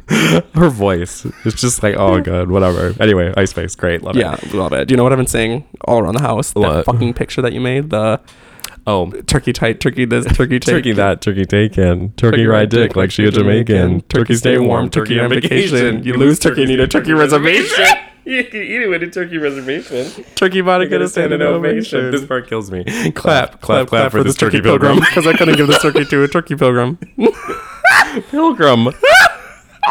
her voice. It's just like oh god, whatever. Anyway, Ice Spice, great, love Yeah, it. we love it. Do you know what I've been saying all around the house? What? That fucking picture that you made, the Oh, turkey tight, turkey this, [laughs] turkey take. turkey that, turkey taken, turkey, ride dick, like she a Jamaican. Turkey stay warm, turkey on vacation. You lose turkey, need [laughs] a turkey reservation. you can eat it with a turkey reservation. [laughs] Turkey body gonna gonna stand an ovation. This part kills me. clap, clap, clap for this turkey pilgrim. [laughs] Because I couldn't give this turkey to a [laughs] turkey pilgrim. [laughs] Pilgrim. [laughs]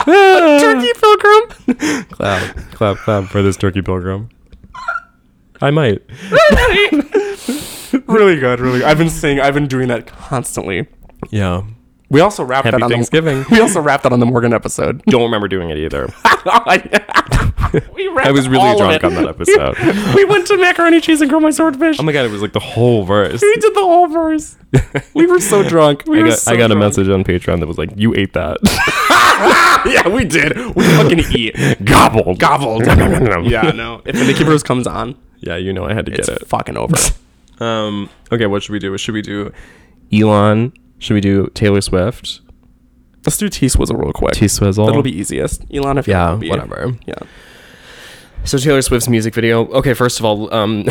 turkey pilgrim? clap, clap, clap for this turkey pilgrim. I might. [laughs] really good, really good. I've been saying, I've been doing that constantly. Yeah. We also wrapped Happy that on Thanksgiving. The, [laughs] we also wrapped that on the Morgan episode. [laughs] Don't remember doing it either. we wrapped I was really all of drunk it. on that episode. [laughs] we went to macaroni cheese and grill my swordfish. [laughs] Oh my god, it was like the whole [laughs] verse. we did the whole verse. We [laughs] were so drunk. We I were got, so I got a drunk. message on Patreon that was like, "You ate that." [laughs] [laughs] Yeah, we did. We fucking eat. Gobbled. [laughs] Gobbled. yeah, no. If the Nikki Bros comes on, Yeah, you know I had to it's get it. fucking [laughs] over. Um, okay, what should we do? Should we do Elon? Should we do Taylor Swift? Let's do T Swizzle real quick. T Swizzle. That'll be easiest. Elon, if yeah, you be. whatever. Yeah. So Taylor Swift's music video. Okay, first of all, um, [laughs]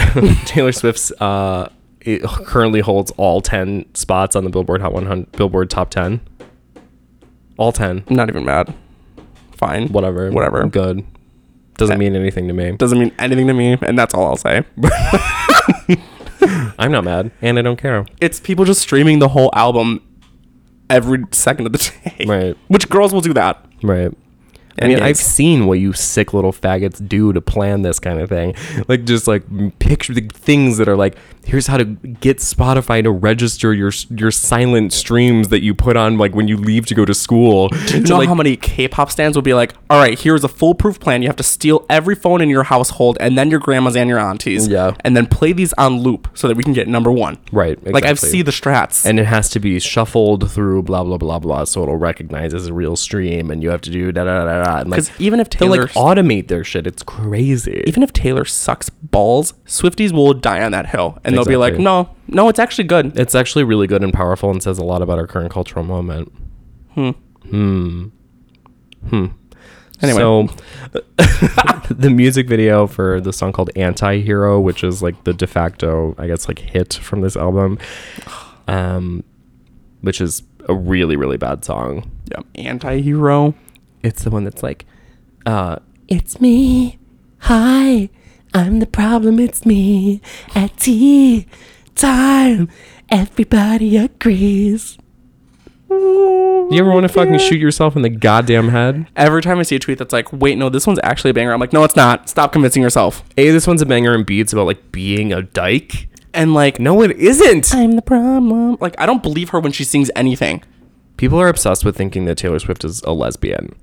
Taylor Swift's uh, it currently holds all ten spots on the Billboard Hot 100, Billboard Top 10. All ten, I'm not even mad. Fine. whatever, Whatever. Good. Doesn't mean anything to me. Doesn't mean anything to me, and that's all I'll say. I'm not mad, and I don't care. it's people just streaming the whole album every second of the [laughs] day. Right. Which girls will do that. Right. I And mean, gays. I've seen what you sick little faggots do to plan this kind of thing. [laughs] Like, just like m- picture the things that are like, here's how to get Spotify to register your s- your silent streams that you put on, like when you leave to go to [laughs] school. Do you know how many K-pop stands will be like, all right, here's a foolproof plan. You have to steal every phone in your household and then your grandma's and your auntie's. Yeah. And then play these on loop so that we can get number one. Right, Like I've exactly. seen the strats. and it has to be shuffled through blah blah blah blah, so it'll recognize as a real stream, and you have to do da da da da. da, and, like, 'Cause even if they like Taylor's- automate their shit, it's crazy. even if Taylor sucks balls, Swifties will die on that hill. And they'll be like, Exactly. no, no, it's actually good. it's actually really good and powerful, and says a lot about our current cultural moment. Hmm. Anyway. So [laughs] the music video for the song called Anti-Hero, which is like the de facto, I guess, like hit from this [sighs] album, um, which is a really, really bad song. yeah, anti-hero. It's the one that's like, uh, it's me. Hi, I'm the problem. It's me at tea time. Everybody agrees. You ever want to fucking shoot yourself in the goddamn head? Every time I see a tweet that's like, wait, no, this one's actually a banger, I'm like, no, it's not. Stop convincing yourself. A, this one's a banger, and B, it's about like being a dyke. And like, No, it isn't. I'm the problem. Like, I don't believe her when she sings anything. People are obsessed with thinking that Taylor Swift is a lesbian.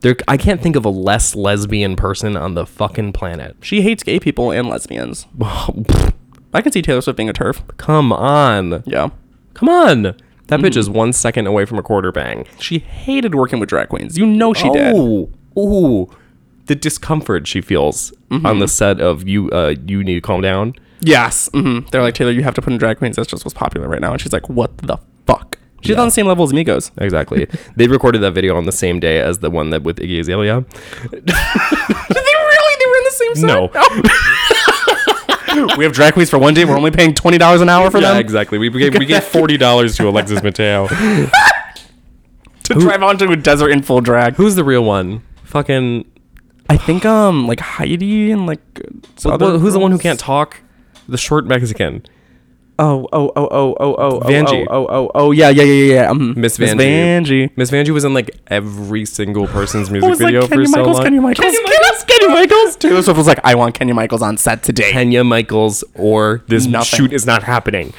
There, I can't think of a less lesbian person on the fucking planet. She hates gay people and [laughs] lesbians. I can see Taylor Swift being a turf. Come on. Yeah. Come on. That bitch Mm. is one second away from a quarter bang. She hated working with drag queens. You know she did. oh, ooh, the discomfort she feels Mm-hmm. on the set of you. Uh, you need to calm down. Yes. hmm They're like, Taylor, you have to put in drag queens. That's just what's popular right now. And she's like, what the fuck? She's on the same level as Migos. [laughs] Exactly. they recorded that video on the same day as the one that with Iggy Azalea. Did they really? They were in the same set? No. we have drag queens for one day. We're only paying twenty dollars an hour for yeah, them. exactly. We gave, we gave [laughs] forty dollars to Alexis Mateo. To drive onto a desert in full drag. Who's the real one? Fucking. I think um like Heidi and like some Well, other who's the one who girls. can't talk? The short Mexican. Oh oh oh oh oh oh Vanjie. Oh oh oh, oh yeah yeah yeah yeah. yeah. Um, Miss Miss Vanjie. Vanjie. Miss Vanjie was in like every single [laughs] person's I music was video like for Kenya so Michaels, long. Kenya Michaels, Kenya Michaels, Kenya Michaels. Taylor Swift was like, I want Kenya Michaels on set today. Kenya Michaels, or this Nothing. shoot is not happening.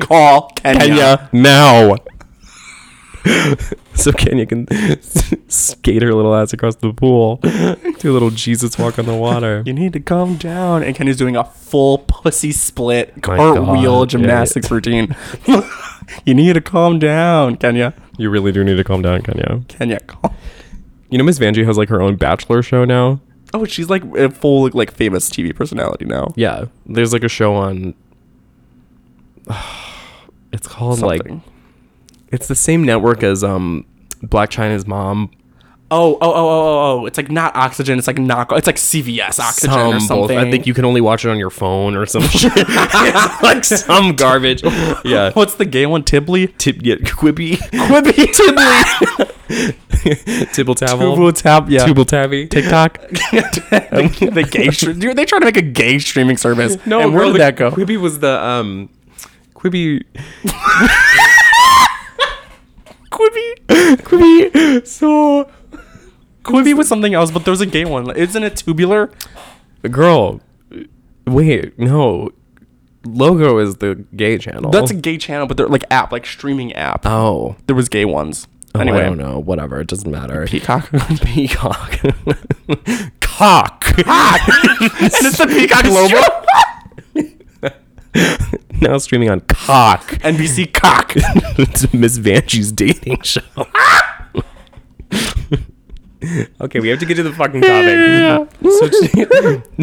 Call Kenya. Kenya now. [laughs] so Kenya can [laughs] skate her little ass across the pool, [laughs] do a little Jesus walk on the water. You need to calm down. And Kenya's doing a full pussy split My cartwheel God. Yeah, yeah. gymnastics routine. [laughs] you need to calm down, Kenya. [laughs] You really do need to calm down, Kenya. Kenya, calm. You know, Miss Vanjie has like her own bachelor show now. Oh, she's like a full like famous TV personality now. Yeah, there's like a show on. [sighs] It's called like Something. it's the same network as um Black China's mom. Oh, oh, oh, oh, oh, oh. It's like not oxygen. It's like not. It's like CVS oxygen or Some something. bullshit. I think you can only watch it on your phone or [laughs] some shit. [laughs] It's like some garbage. Yeah. [laughs] What's the gay one? Tibbly. Tip yeah, Quippy. Quippy. [laughs] [laughs] Tibbly. Tibble Tavel. Tubal tap. Yeah. Tubble Tabby. TikTok. [laughs] the, the gay. Sh- dude, they trying to make a gay streaming service. No. And where bro, did the- that go? Quibi was the um Quibi Quibi. Quibi. So. Quibi was something else, but there's a gay one. Isn't it tubular? girl. Wait, no. Logo is the gay channel. That's a gay channel, but they're like app, like streaming app. oh. there was gay ones. Oh, anyway, I don't know. Whatever. It doesn't matter. Peacock. [laughs] Peacock. [laughs] Cock. [laughs] [laughs] and [laughs] it's the Peacock logo. [laughs] now streaming on Cock. NBC [laughs] cock. it's [laughs] Miss Vanjie's [laughs] dating show. [laughs] okay, we have to get to the [laughs] fucking topic.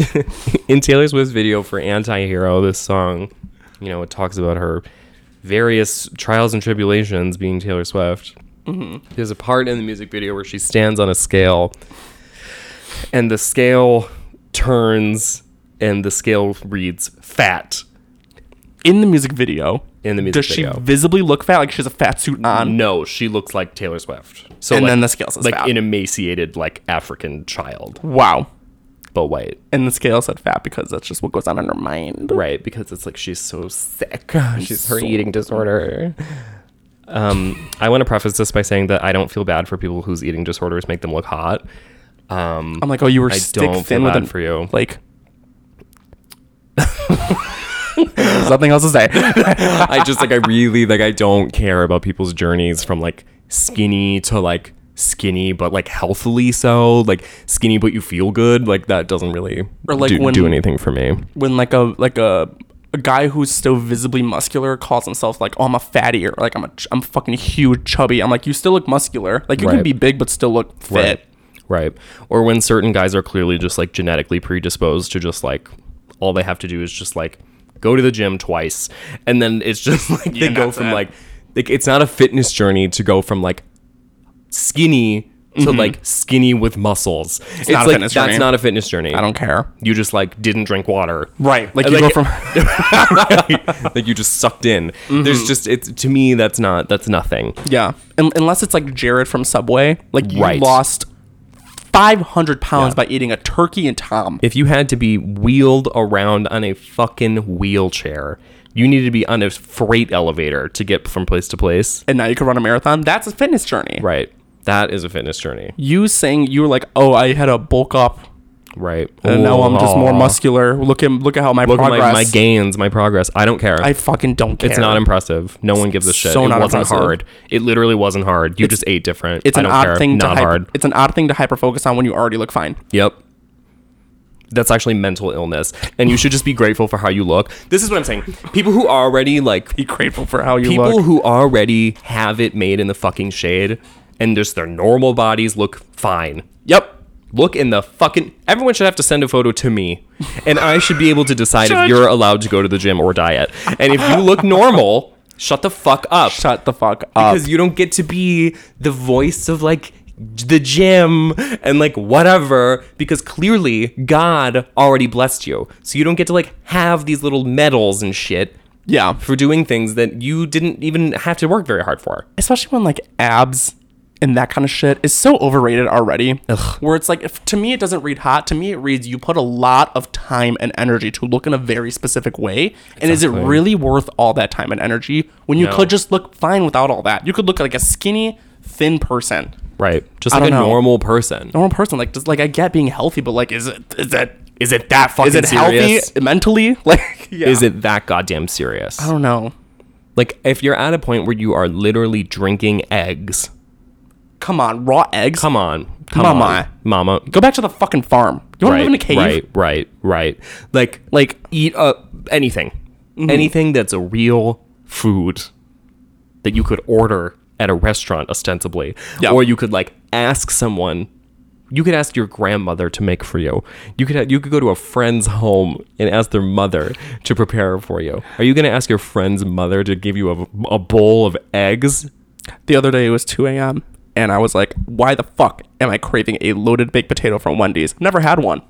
so [laughs] in Taylor Swift's video for Anti-Hero, this song, you know, it talks about her various trials and tribulations being Taylor Swift. Mm-hmm. There's a part in the music video where she stands on a scale and the scale turns and the scale reads fat In the music video, in the music does video. she visibly look fat? Like she has a fat suit on? Um, No, she looks like Taylor Swift. So Um, And like- then the scale says like fat. an emaciated like African child, Wow. but white, And the scale said fat because that's just what goes on in her mind. right? Because it's like she's so sick. She's her so- eating disorder. Um, I want to preface this by saying that I don't feel bad for people whose eating disorders make them look hot. [laughs] Um, I'm like, oh, you were I stick don't feel thin with bad an, for you. Like, [laughs] there's nothing else to say. [laughs] I just like I really like I don't care about people's journeys from like skinny to like skinny but like healthily so like skinny but you feel good like that doesn't really Or, like, do, when- do anything for me when like a like a a guy who's so visibly muscular calls himself like, oh, I'm a fatty or like I'm a ch- I'm fucking huge chubby. I'm like, you still look muscular. Like you Right. can be big but still look fit. Right. Right. Or when certain guys are clearly just like genetically predisposed to just like all they have to do is just like go to the gym twice and then it's just [laughs] like they Yeah, go that's from it. like like it's not a fitness journey to go from like skinny to like skinny with muscles. It's, Mm-hmm. not a like fitness that's journey. not a fitness journey. I don't care. You just like didn't drink water. Right. Like Uh, you like- [laughs] go from [laughs] like you just sucked in. Mm-hmm. There's just it's to me that's not that's nothing. yeah, Un- unless it's like Jared from Subway. Like you Right. lost 500 pounds by eating a turkey and Tom. If you had to be wheeled around on a fucking wheelchair, you needed to be on a freight elevator to get from place to place. and now you can run a marathon. That's a fitness journey. Right. That is a fitness journey. You saying you were like, oh, I had a bulk up, Right. and now I'm just more Aw. muscular. Look at look at how my Look at progress. my, my gains, my progress. I don't care. I fucking don't care. it's not impressive. No one gives a shit. so it not wasn't impressive. hard. It literally wasn't hard. You just ate different. It's I an don't odd care. thing to Not hyper, hard. It's an odd thing to hyper focus on when you already look fine. Yep. That's actually mental illness. And you should just be grateful for how you look. This is what I'm saying. People who already like Be grateful for how you people look. who already have it made in the fucking shade and just their normal bodies look fine. Yep. Look in the fucking everyone should have to send a photo to me. And I should be able to decide if you're allowed to go to the gym or diet. And if you look normal, shut the fuck up. Shut the fuck up. because you don't get to be the voice of like the gym and like whatever because clearly god already blessed you so you don't get to like have these little medals and shit yeah. for doing things that you didn't even have to work very hard for especially when like abs and that kind of shit is so overrated already. Where it's like, if, to me, it doesn't read hot. To me, it reads you put a lot of time and energy to look in a very specific way. And is it Exactly. really worth all that time and energy when you No. could just look fine without all that? You could look like a skinny, thin person, right just I like a don't know. normal person normal person. Like, just like I get being healthy, but like, is it is it is it that fucking is it serious? healthy mentally? [laughs] Like, yeah. is it that goddamn serious I don't know. like if you're at a point where you are literally drinking eggs Come on, raw eggs. come on come Mama. on mama Go back to the fucking farm. You want to live in a cave? Right, right, right. Like, like eat uh, anything, Mm-hmm. anything that's a real food that you could order at a restaurant, ostensibly, Yeah. or you could like ask someone. You could ask your grandmother to make for you. You could ha- you could go to a friend's home and ask their mother to prepare for you. Are you gonna ask your friend's mother to give you a, a bowl of eggs? The other day it was 2 a.m. and I was like, why the fuck am I craving a loaded baked potato from Wendy's? Never had one.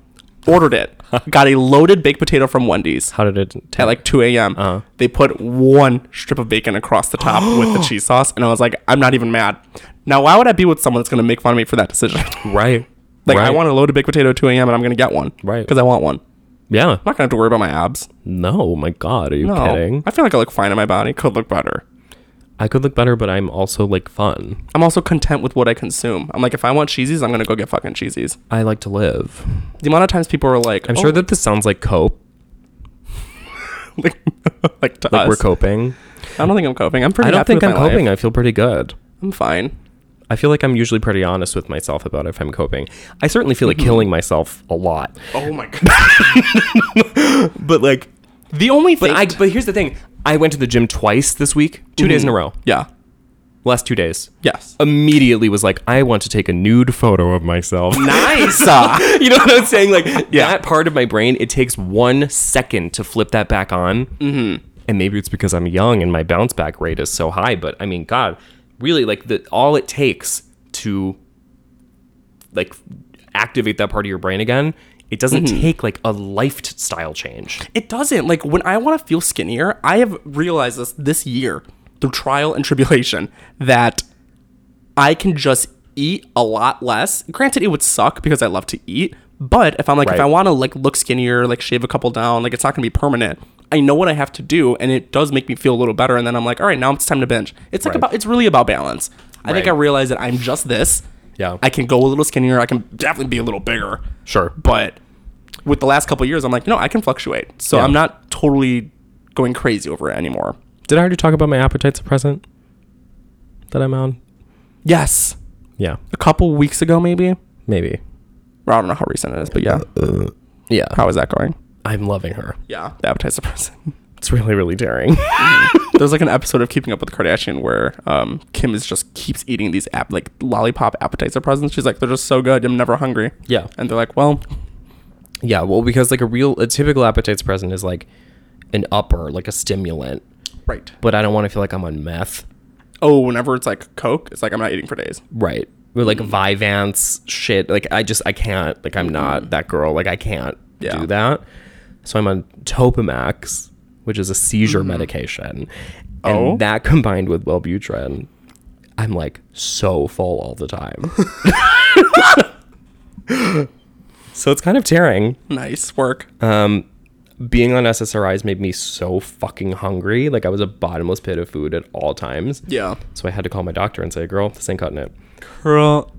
Ordered it. Got a loaded baked potato from Wendy's How did it? at like 2 a.m. Uh-huh. They put one strip of bacon across the top with [gasps] the cheese sauce, and I was like, I'm not even mad. Now, why would I be with someone that's going to make fun of me for that decision? [laughs] right. like, I Right. want a loaded baked potato at 2 a.m. and I'm going to get one. Right. Because I want one. I'm Yeah. not going to have to worry about my abs. No, my God, are you No. kidding? I feel like I look fine in my body. Could look better. I could look better, but I'm also like fun. I'm also content with what I consume. I'm like, if I want cheesies, I'm going to go get fucking cheesies. I like to live. The amount of times people are like, I'm "Oh, sure that this sounds like cope. [laughs] like, like to Like us. we're coping. I don't think I'm coping. I'm pretty. I don't happy think I'm with my coping. life. I feel pretty good. I'm fine. I feel like I'm usually pretty honest with myself about if I'm coping. I certainly feel like Mm-hmm. killing myself a lot. Oh [laughs] my god. But like the only but thing. I but here's the thing. I went to the gym twice this week, 2 days in Mm-hmm. a row. yeah. Last 2 days. [laughs] Yes. Immediately was like I want to take a nude photo of [laughs] myself. nice. uh, you know what I'm saying? Like that part of my brain, it takes one second to flip that back on. Mm-hmm. And maybe it's because I'm young and my bounce back rate is so high. But I mean, God, really, like the all it takes to like activate that part of your brain again. It doesn't take like a lifestyle change. it doesn't like when I want to feel skinnier. I have realized this this year through trial and tribulation [laughs] that I can just eat a lot less. Granted, it would suck because I love to eat, but if I'm like, if Right. I want to like look skinnier, like shave a couple down, like it's not gonna be permanent. I know what I have to do, and it does make me feel a little better. And then I'm like, all right, now it's time to binge. It's like Right. about, it's really about balance. I think I Right. realize that I'm just this. Yeah. I can go a little skinnier. I can definitely be a little bigger. Sure. But with the last couple years, I'm like, no, I can fluctuate. So Yeah. I'm not totally going crazy over it anymore. Did I already talk about my appetite suppressant that I'm on? Yes. Yeah, A couple weeks ago, maybe. maybe. Well, I don't know how recent it is, but yeah. Yeah, How is that going? I'm loving her. Yeah. The appetite suppressant. It's really, really daring. [laughs] There's like an episode of Keeping Up with the Kardashian where um, Kim is just keeps eating these app like lollipop appetite suppressants. She's like, they're just so good. I'm never hungry. [laughs] Yeah. And they're like, well, Yeah, well, because like a real, a typical appetite suppressant is like an upper, like a stimulant. right. But I don't want to feel like I'm on meth. Oh, whenever it's like Coke, it's like I'm not eating for days. Right. Or like Mm-hmm. Vyvanse shit. Like I just, I can't. Like I'm not that girl. Like I can't Mm-hmm. Yeah. do that. So I'm on Topamax, which is a seizure medication. And Mm-hmm. Oh. that [laughs] combined with [laughs] Wellbutrin, I'm like so full all the time. [laughs] So it's kind of tearing. Nice work. Being on SSRIs made me so fucking hungry. Like I was a bottomless pit of food at all times. yeah. So I had to call my doctor and say, "Girl, this ain't cutting it." Girl.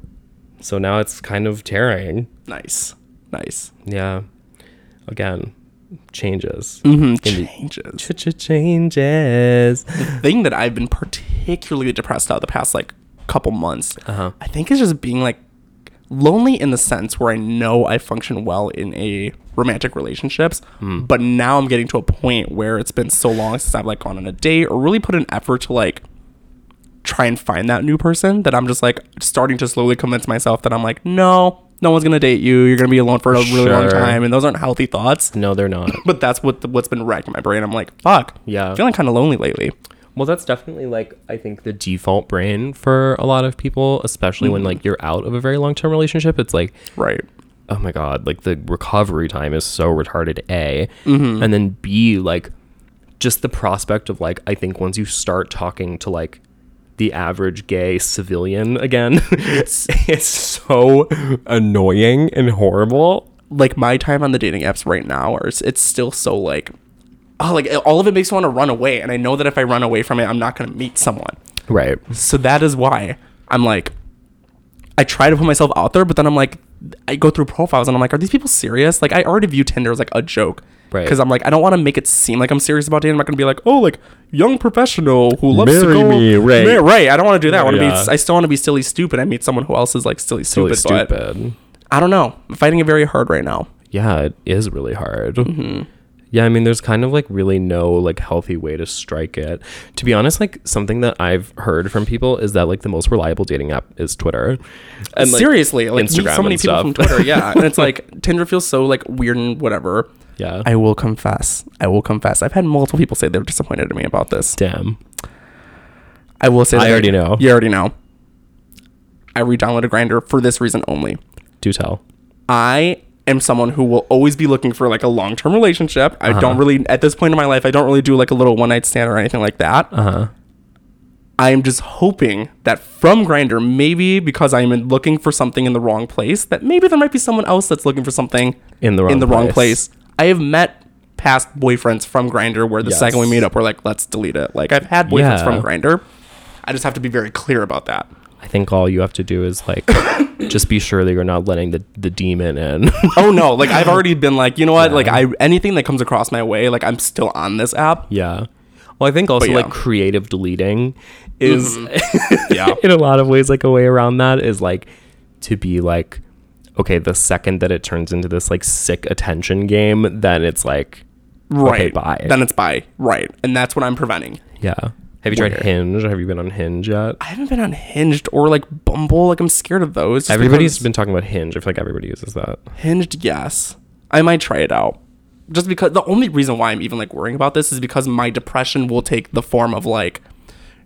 So now it's kind of tearing. Nice. Nice. Yeah. Again, changes. Mm-hmm. Changes. Changes. thing that I've been particularly depressed about the past like couple months, I think is just being like lonely in the sense where I know I function well in a romantic relationships, but now I'm getting to a point where it's been so long since I've like gone on a date or really put an effort to like try and find that new person that I'm just like starting to slowly convince myself that I'm like, no, no one's gonna date you. You're gonna be alone for a really long Sure. time, and those aren't healthy thoughts. No, they're not. But that's what what's been racking my brain. I'm like, fuck, Yeah. feeling kind of lonely lately. [coughs] Well, that's definitely like I think the default brain for a lot of people, especially when like you're out of a very long term relationship. It's like, Right. oh my god, like the recovery time is so retarded. A and then B, like just the prospect of like I think once you start talking to like the average gay civilian again, [laughs] it's it's so annoying and horrible. like my time on the dating apps right now are it's still so like oh like all of it makes me want to run away and i know that if i run away from it i'm not going to meet someone Right. so that is why i'm like i try to put myself out there but then i'm like i go through profiles and i'm like are these people serious like i already view tinder as like a joke Right. because i'm like i don't want to make it seem like i'm serious about dating i'm not going to be like oh like young professional who loves Marry to go me, right. Mar- right i don't want to do that i want to Yeah. be i still want to be silly stupid i meet someone who else is like silly Really stupid, stupid. but i don't know i'm fighting it very hard right now yeah, it is really hard. Yeah, I mean, there's kind of like really no like healthy way to strike it. To be honest, like something that I've heard from people is that like the most reliable dating app is Twitter. And like, seriously, like meet Instagram so many and people stuff. from Twitter, yeah. [laughs] And it's like Tinder feels so like weird and whatever. Yeah. I will confess. I will confess. I've had multiple people say they're disappointed in me about this. Damn. I will say. I that already know. You already know. I re-downloaded Grinder for this reason only. Do tell. I am someone who will always be looking for like a long-term relationship. I Uh-huh. don't really at this point in my life. I don't really do like a little one-night stand or anything like that. Uh Uh-huh. huh. I am just hoping that from Grinder, maybe because I am in- looking for something in the wrong place, that maybe there might be someone else that's looking for something In the wrong in the wrong place. place. I have met past boyfriends from Grinder where the Yes. second we meet up, we're like, let's delete it. Like I've had boyfriends Yeah. from Grinder. I just have to be very clear about that. I think all you have to do is [coughs] like just be sure that you're not letting the, the demon in. [laughs] oh no like i've already been like you know what like i anything that comes across my way like i'm still on [laughs] this app yeah. Well, I think also yeah. like creative deleting is yeah [laughs] in a lot of ways like a way around that is like to be like okay the second that it turns into this like sick attention game then it's like [laughs] right bye. then it's bye right and that's what i'm preventing yeah have you tried Weird. hinge have you been on hinge yet i haven't been on hinged or like bumble like i'm scared of those just everybody's because- been talking about hinge i feel like everybody uses that hinged yes i might try it out just because the only reason why i'm even like worrying about this is because my depression will take the form of like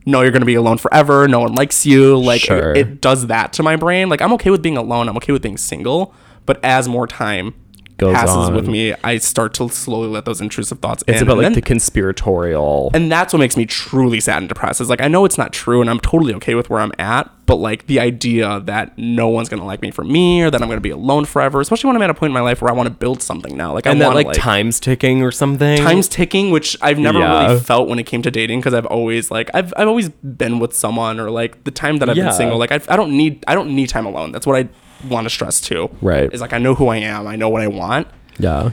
no you're gonna be alone forever no one likes you like it- Sure. it, does that to my brain like i'm okay with being alone i'm okay with being single but as more time Goes passes on. with me i start to slowly let those intrusive thoughts it's in about like and, the then- conspiratorial and that's what makes me truly sad and depressed is like i know it's not true and i'm totally okay with where i'm at but like the idea that no one's gonna like me for me or that i'm gonna be alone forever especially when i'm at a point in my life where i want to build something now like and i that want like, like, time's ticking or something time's ticking, which I've never Yeah. really felt when it came to dating because I've always like I've I've always been with someone or like the time that I've Yeah. been single, like I've, I don't need I don't need time alone. That's what I want to stress too. Right. is like I know who I am, I know what I want. yeah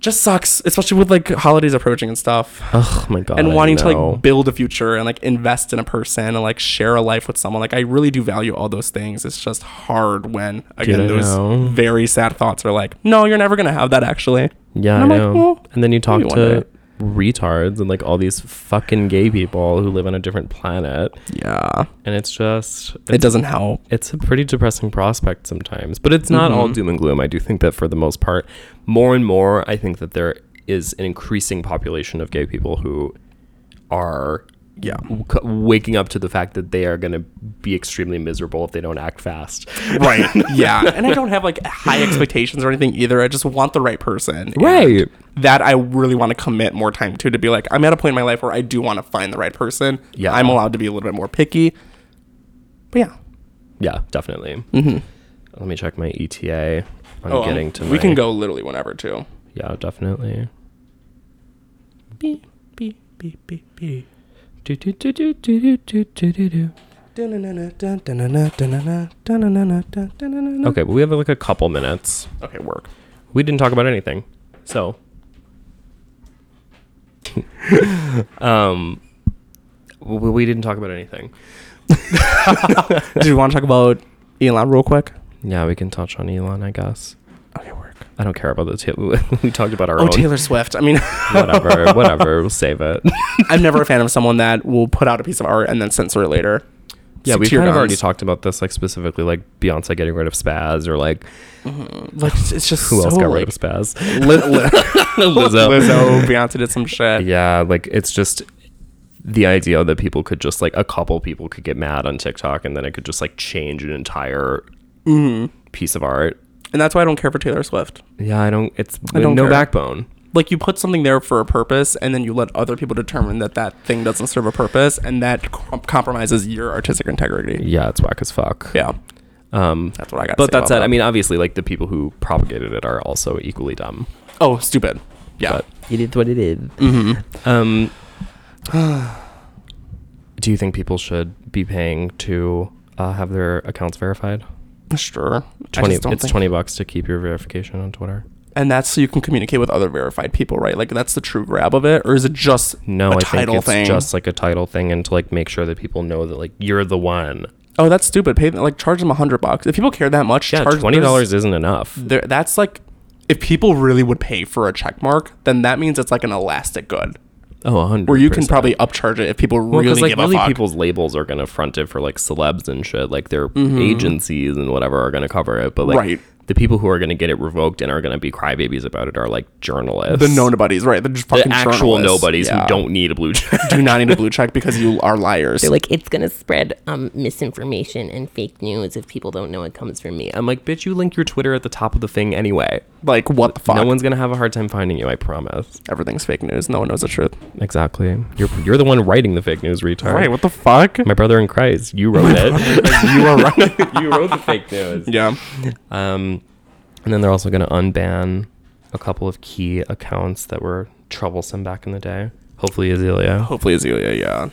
Just sucks, especially with like holidays approaching and stuff, oh my god and I wanting to know. like build a future and like invest in a person and like share a life with someone. Like I really do value all those things. It's just hard when again I those know. very sad thoughts are like, no, you're never gonna have that actually. yeah And i I'm like, know "Mm, well, and then you talk maybe one to day. retards and like all these fucking gay people who live on a different planet Yeah, and it's just it doesn't [laughs] help. it's a pretty depressing prospect sometimes, but it's not Mm-hmm. all doom and gloom. I do think that for the most part, more and more, I think that there is an increasing population of gay people who are Yeah. w- waking up to the fact that they are going to be extremely miserable if they don't act fast. Right. [laughs] Yeah. and I don't have like high expectations or anything either. I just want the right person. And Right. That I really want to commit more time to to be like, I'm at a point in my life where I do want to find the right person. Yeah. I'm allowed to be a little bit more picky. But yeah. Yeah, definitely. Let me check my ETA. I'm Mm-hmm. Oh, um, getting to. we my- can go literally whenever too. Yeah, definitely. Beep beep beep beep beep. Do do do do do do do do. Okay, but we have like a couple minutes. Okay, work. We didn't talk about anything. So, [laughs] um, we, we didn't talk about anything. Do you want to talk about Elon real quick? Yeah, we can touch on Elon, I guess. Okay, work. I don't care about the Taylor. [laughs] we talked about our Oh, own. Taylor Swift. I mean, [laughs] [laughs] Whatever, whatever. We'll save it. I'm never a fan of someone that will put out a piece of art and then censor it later. Yeah, Stick we've to your kind of guns. already talked about this, like specifically, like Beyonce getting rid of Spaz, or like Like it's it's just who so, else got like, rid [laughs] of Spaz? Li- li- [laughs] Lizzo. Lizzo, Beyonce did some shit. Yeah, like it's just the idea that people could just like a couple people could get mad on TikTok, and then it could just like change an entire Mm-hmm. piece of art. And that's why I don't care for Taylor Swift. Yeah, I don't. It's don't no care. backbone. Like you put something there for a purpose, and then you let other people determine that that thing doesn't serve a purpose, and that com- compromises your artistic integrity. Yeah, it's whack as fuck. Yeah, Um, that's what I got. but that said, I mean, obviously, like the people who propagated it are also equally dumb. oh, stupid. Yeah, But it is what it is. [sighs] Um, do you think people should be paying to uh, have their accounts verified? sure. I Twenty. just don't It's think- twenty bucks to keep your verification on Twitter. and that's so you can communicate with other verified people, right? Like that's the true grab of it, or is it just No, I a think title it's thing? just like a title thing, and to like make sure that people know that like you're the one. oh, that's stupid. Pay them, like charge them a hundred bucks if people care that much. Yeah, charge twenty there's- dollars isn't enough. there that's like if people really would pay for a check mark, then that means it's like an elastic good Oh, a hundred. where you can probably upcharge it if people Well, really because like give really a fuck. people's labels are gonna front it for like celebs and shit. Like their agencies and whatever are gonna cover it. But like Mm-hmm. Right. the people who are gonna get it revoked and are gonna be crybabies about it are like journalists. the no nobodies, right? They're just fucking the actual journalists. nobodies Yeah. who don't need a [laughs] blue check. do not need a blue check because you are liars. They're like, it's gonna spread um, misinformation and fake news if people don't know it comes from me. I'm like, bitch, you link your Twitter at the top of the thing anyway. Like what the fuck? No one's gonna have a hard time finding you. I promise. Everything's fake news. No one knows the truth. Exactly. You're you're the one writing the fake news, retard. Right? What the fuck? My brother in Christ, you wrote it. you are right. [laughs] you wrote the [laughs] fake news. [laughs] yeah. Um, and then they're also going to unban a couple of key accounts that were troublesome back in the day. Hopefully, Azealia. Hopefully Azealia, yeah.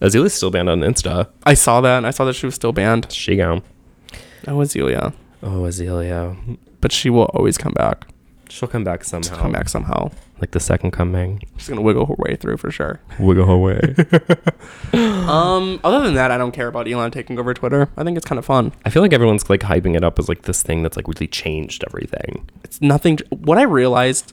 Azealia's still banned on Insta. I saw that and I saw that she was still banned. She go. Oh Azealia. Oh, Azealia. But she will always come back. She'll come back somehow. Come back somehow. Like the second coming. She's gonna wiggle her way through for sure. Wiggle her [laughs] way. Um, other than that, I don't care about Elon taking over Twitter. I think it's kind of fun. I feel like everyone's like hyping it up as like this thing that's like really changed everything. It's nothing. What I realized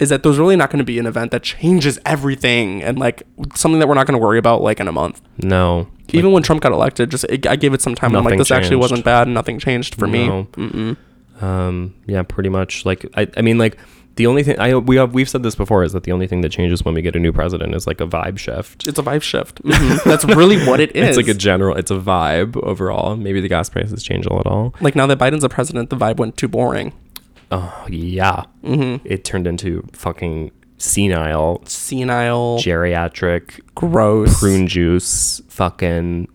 is that there's really not going to be an event that changes everything and like something that we're not going to worry about like in a month. No. Even when Trump got elected, just it, I gave it some time. and I'm like, Nothing this actually changed. wasn't bad, and nothing changed for No. me. Mm-mm. Um, yeah, pretty much. Like, I, I mean, like the only thing I we have we've said this before is that the only thing that changes when we get a new president is like a vibe shift. It's a [laughs] vibe shift. Mhm. That's really what it is. It's like a general. It's a vibe overall. Maybe the gas prices change a little. like now that Biden's a president, the vibe went too boring. Oh yeah, mm-hmm. it turned into fucking senile, Senile, geriatric, gross, prune juice, fucking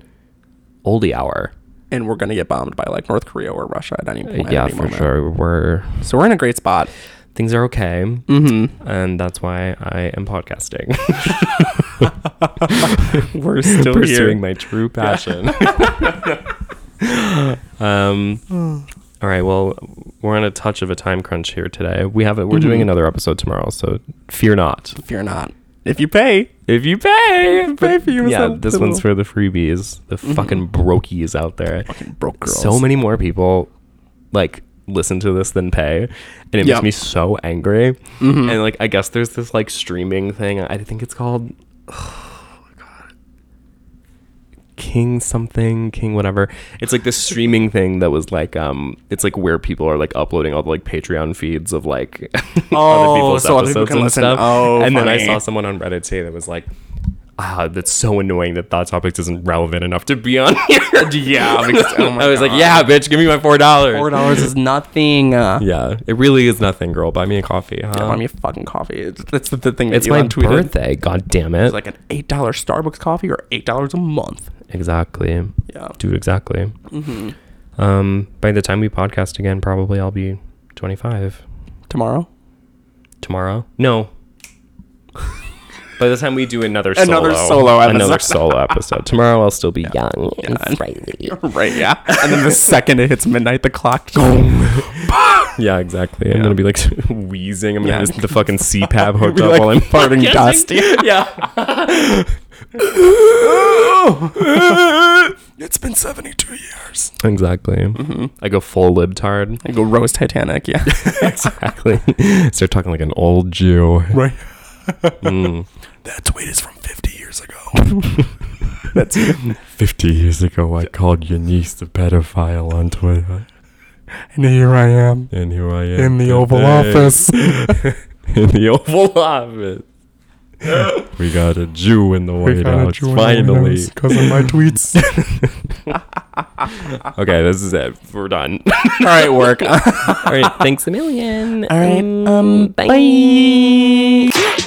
oldie hour. and we're gonna get bombed by like North Korea or Russia at any point. yeah, for sure. We're So we're in a great spot. things are okay, mm-hmm. and that's why I am podcasting, We're still pursuing here. my true passion. [laughs] um. All right. Well, we're on a touch of a time crunch here today. We have. We're doing another episode tomorrow, so fear not. Fear not. If you pay, If you pay, pay for yours, Yeah, that this little- one's for the freebies, the fucking brokies out there. broke girls. So many more people like listen to this than pay, and it Yeah. makes me so angry. Mm-hmm. And like, I guess there's this like streaming thing. I think it's called. [sighs] Oh my god. King something, King whatever. It's like this streaming thing that was like, um, it's like where people are like uploading all the like Patreon feeds of like [laughs] Oh, so other people can listen. Oh, and then I funny. saw someone on Reddit say that was like, ah, that's so annoying that Thought Topics isn't relevant enough to be on [laughs] here. [laughs] Yeah, because- oh [laughs] my I was like, God. yeah, bitch, give me my $4. Four dollars is nothing. Uh, Yeah, it really is nothing, girl. Buy me a coffee, huh? Buy me a fucking coffee. It's- That's the, the thing. that it's my Elon tweeted. birthday, god damn it. It's like an eight dollar Starbucks coffee or eight dollars a month. exactly. Yeah. Mm-hmm. Dude, exactly. Um, by the time we podcast again, probably I'll be 25 Tomorrow? tomorrow. No. by the time we do another solo, Another solo another episode. solo episode. Tomorrow I'll still be young. young and sprightly. [laughs] Right, yeah. And then the second it hits midnight, the clock. [laughs] [laughs] Yeah, exactly. I'm gonna be like [laughs] wheezing. I'm gonna have Yeah. the [laughs] fucking CPAP hooked Be up like while I'm farting farting dust. dust. [laughs] it's been 72 years. Exactly. Mm-hmm. I go full [laughs] libtard. I go rose Titanic, yeah. exactly. [laughs] Start talking like an old Jew. Mm. Right. [laughs] [laughs] That tweet is from 50 years ago. 50 years ago, I called your niece a pedophile on Twitter. [laughs] and here I am And here I am. in the Oval today. Office. [laughs] In the Oval Office. [laughs] we got a Jew in the White House. Finally. Because of my tweets. [laughs] [laughs] Okay, this is it. We're done. All [laughs] right, work. All right. Thanks. Thanks a million. All right. Um, bye. bye.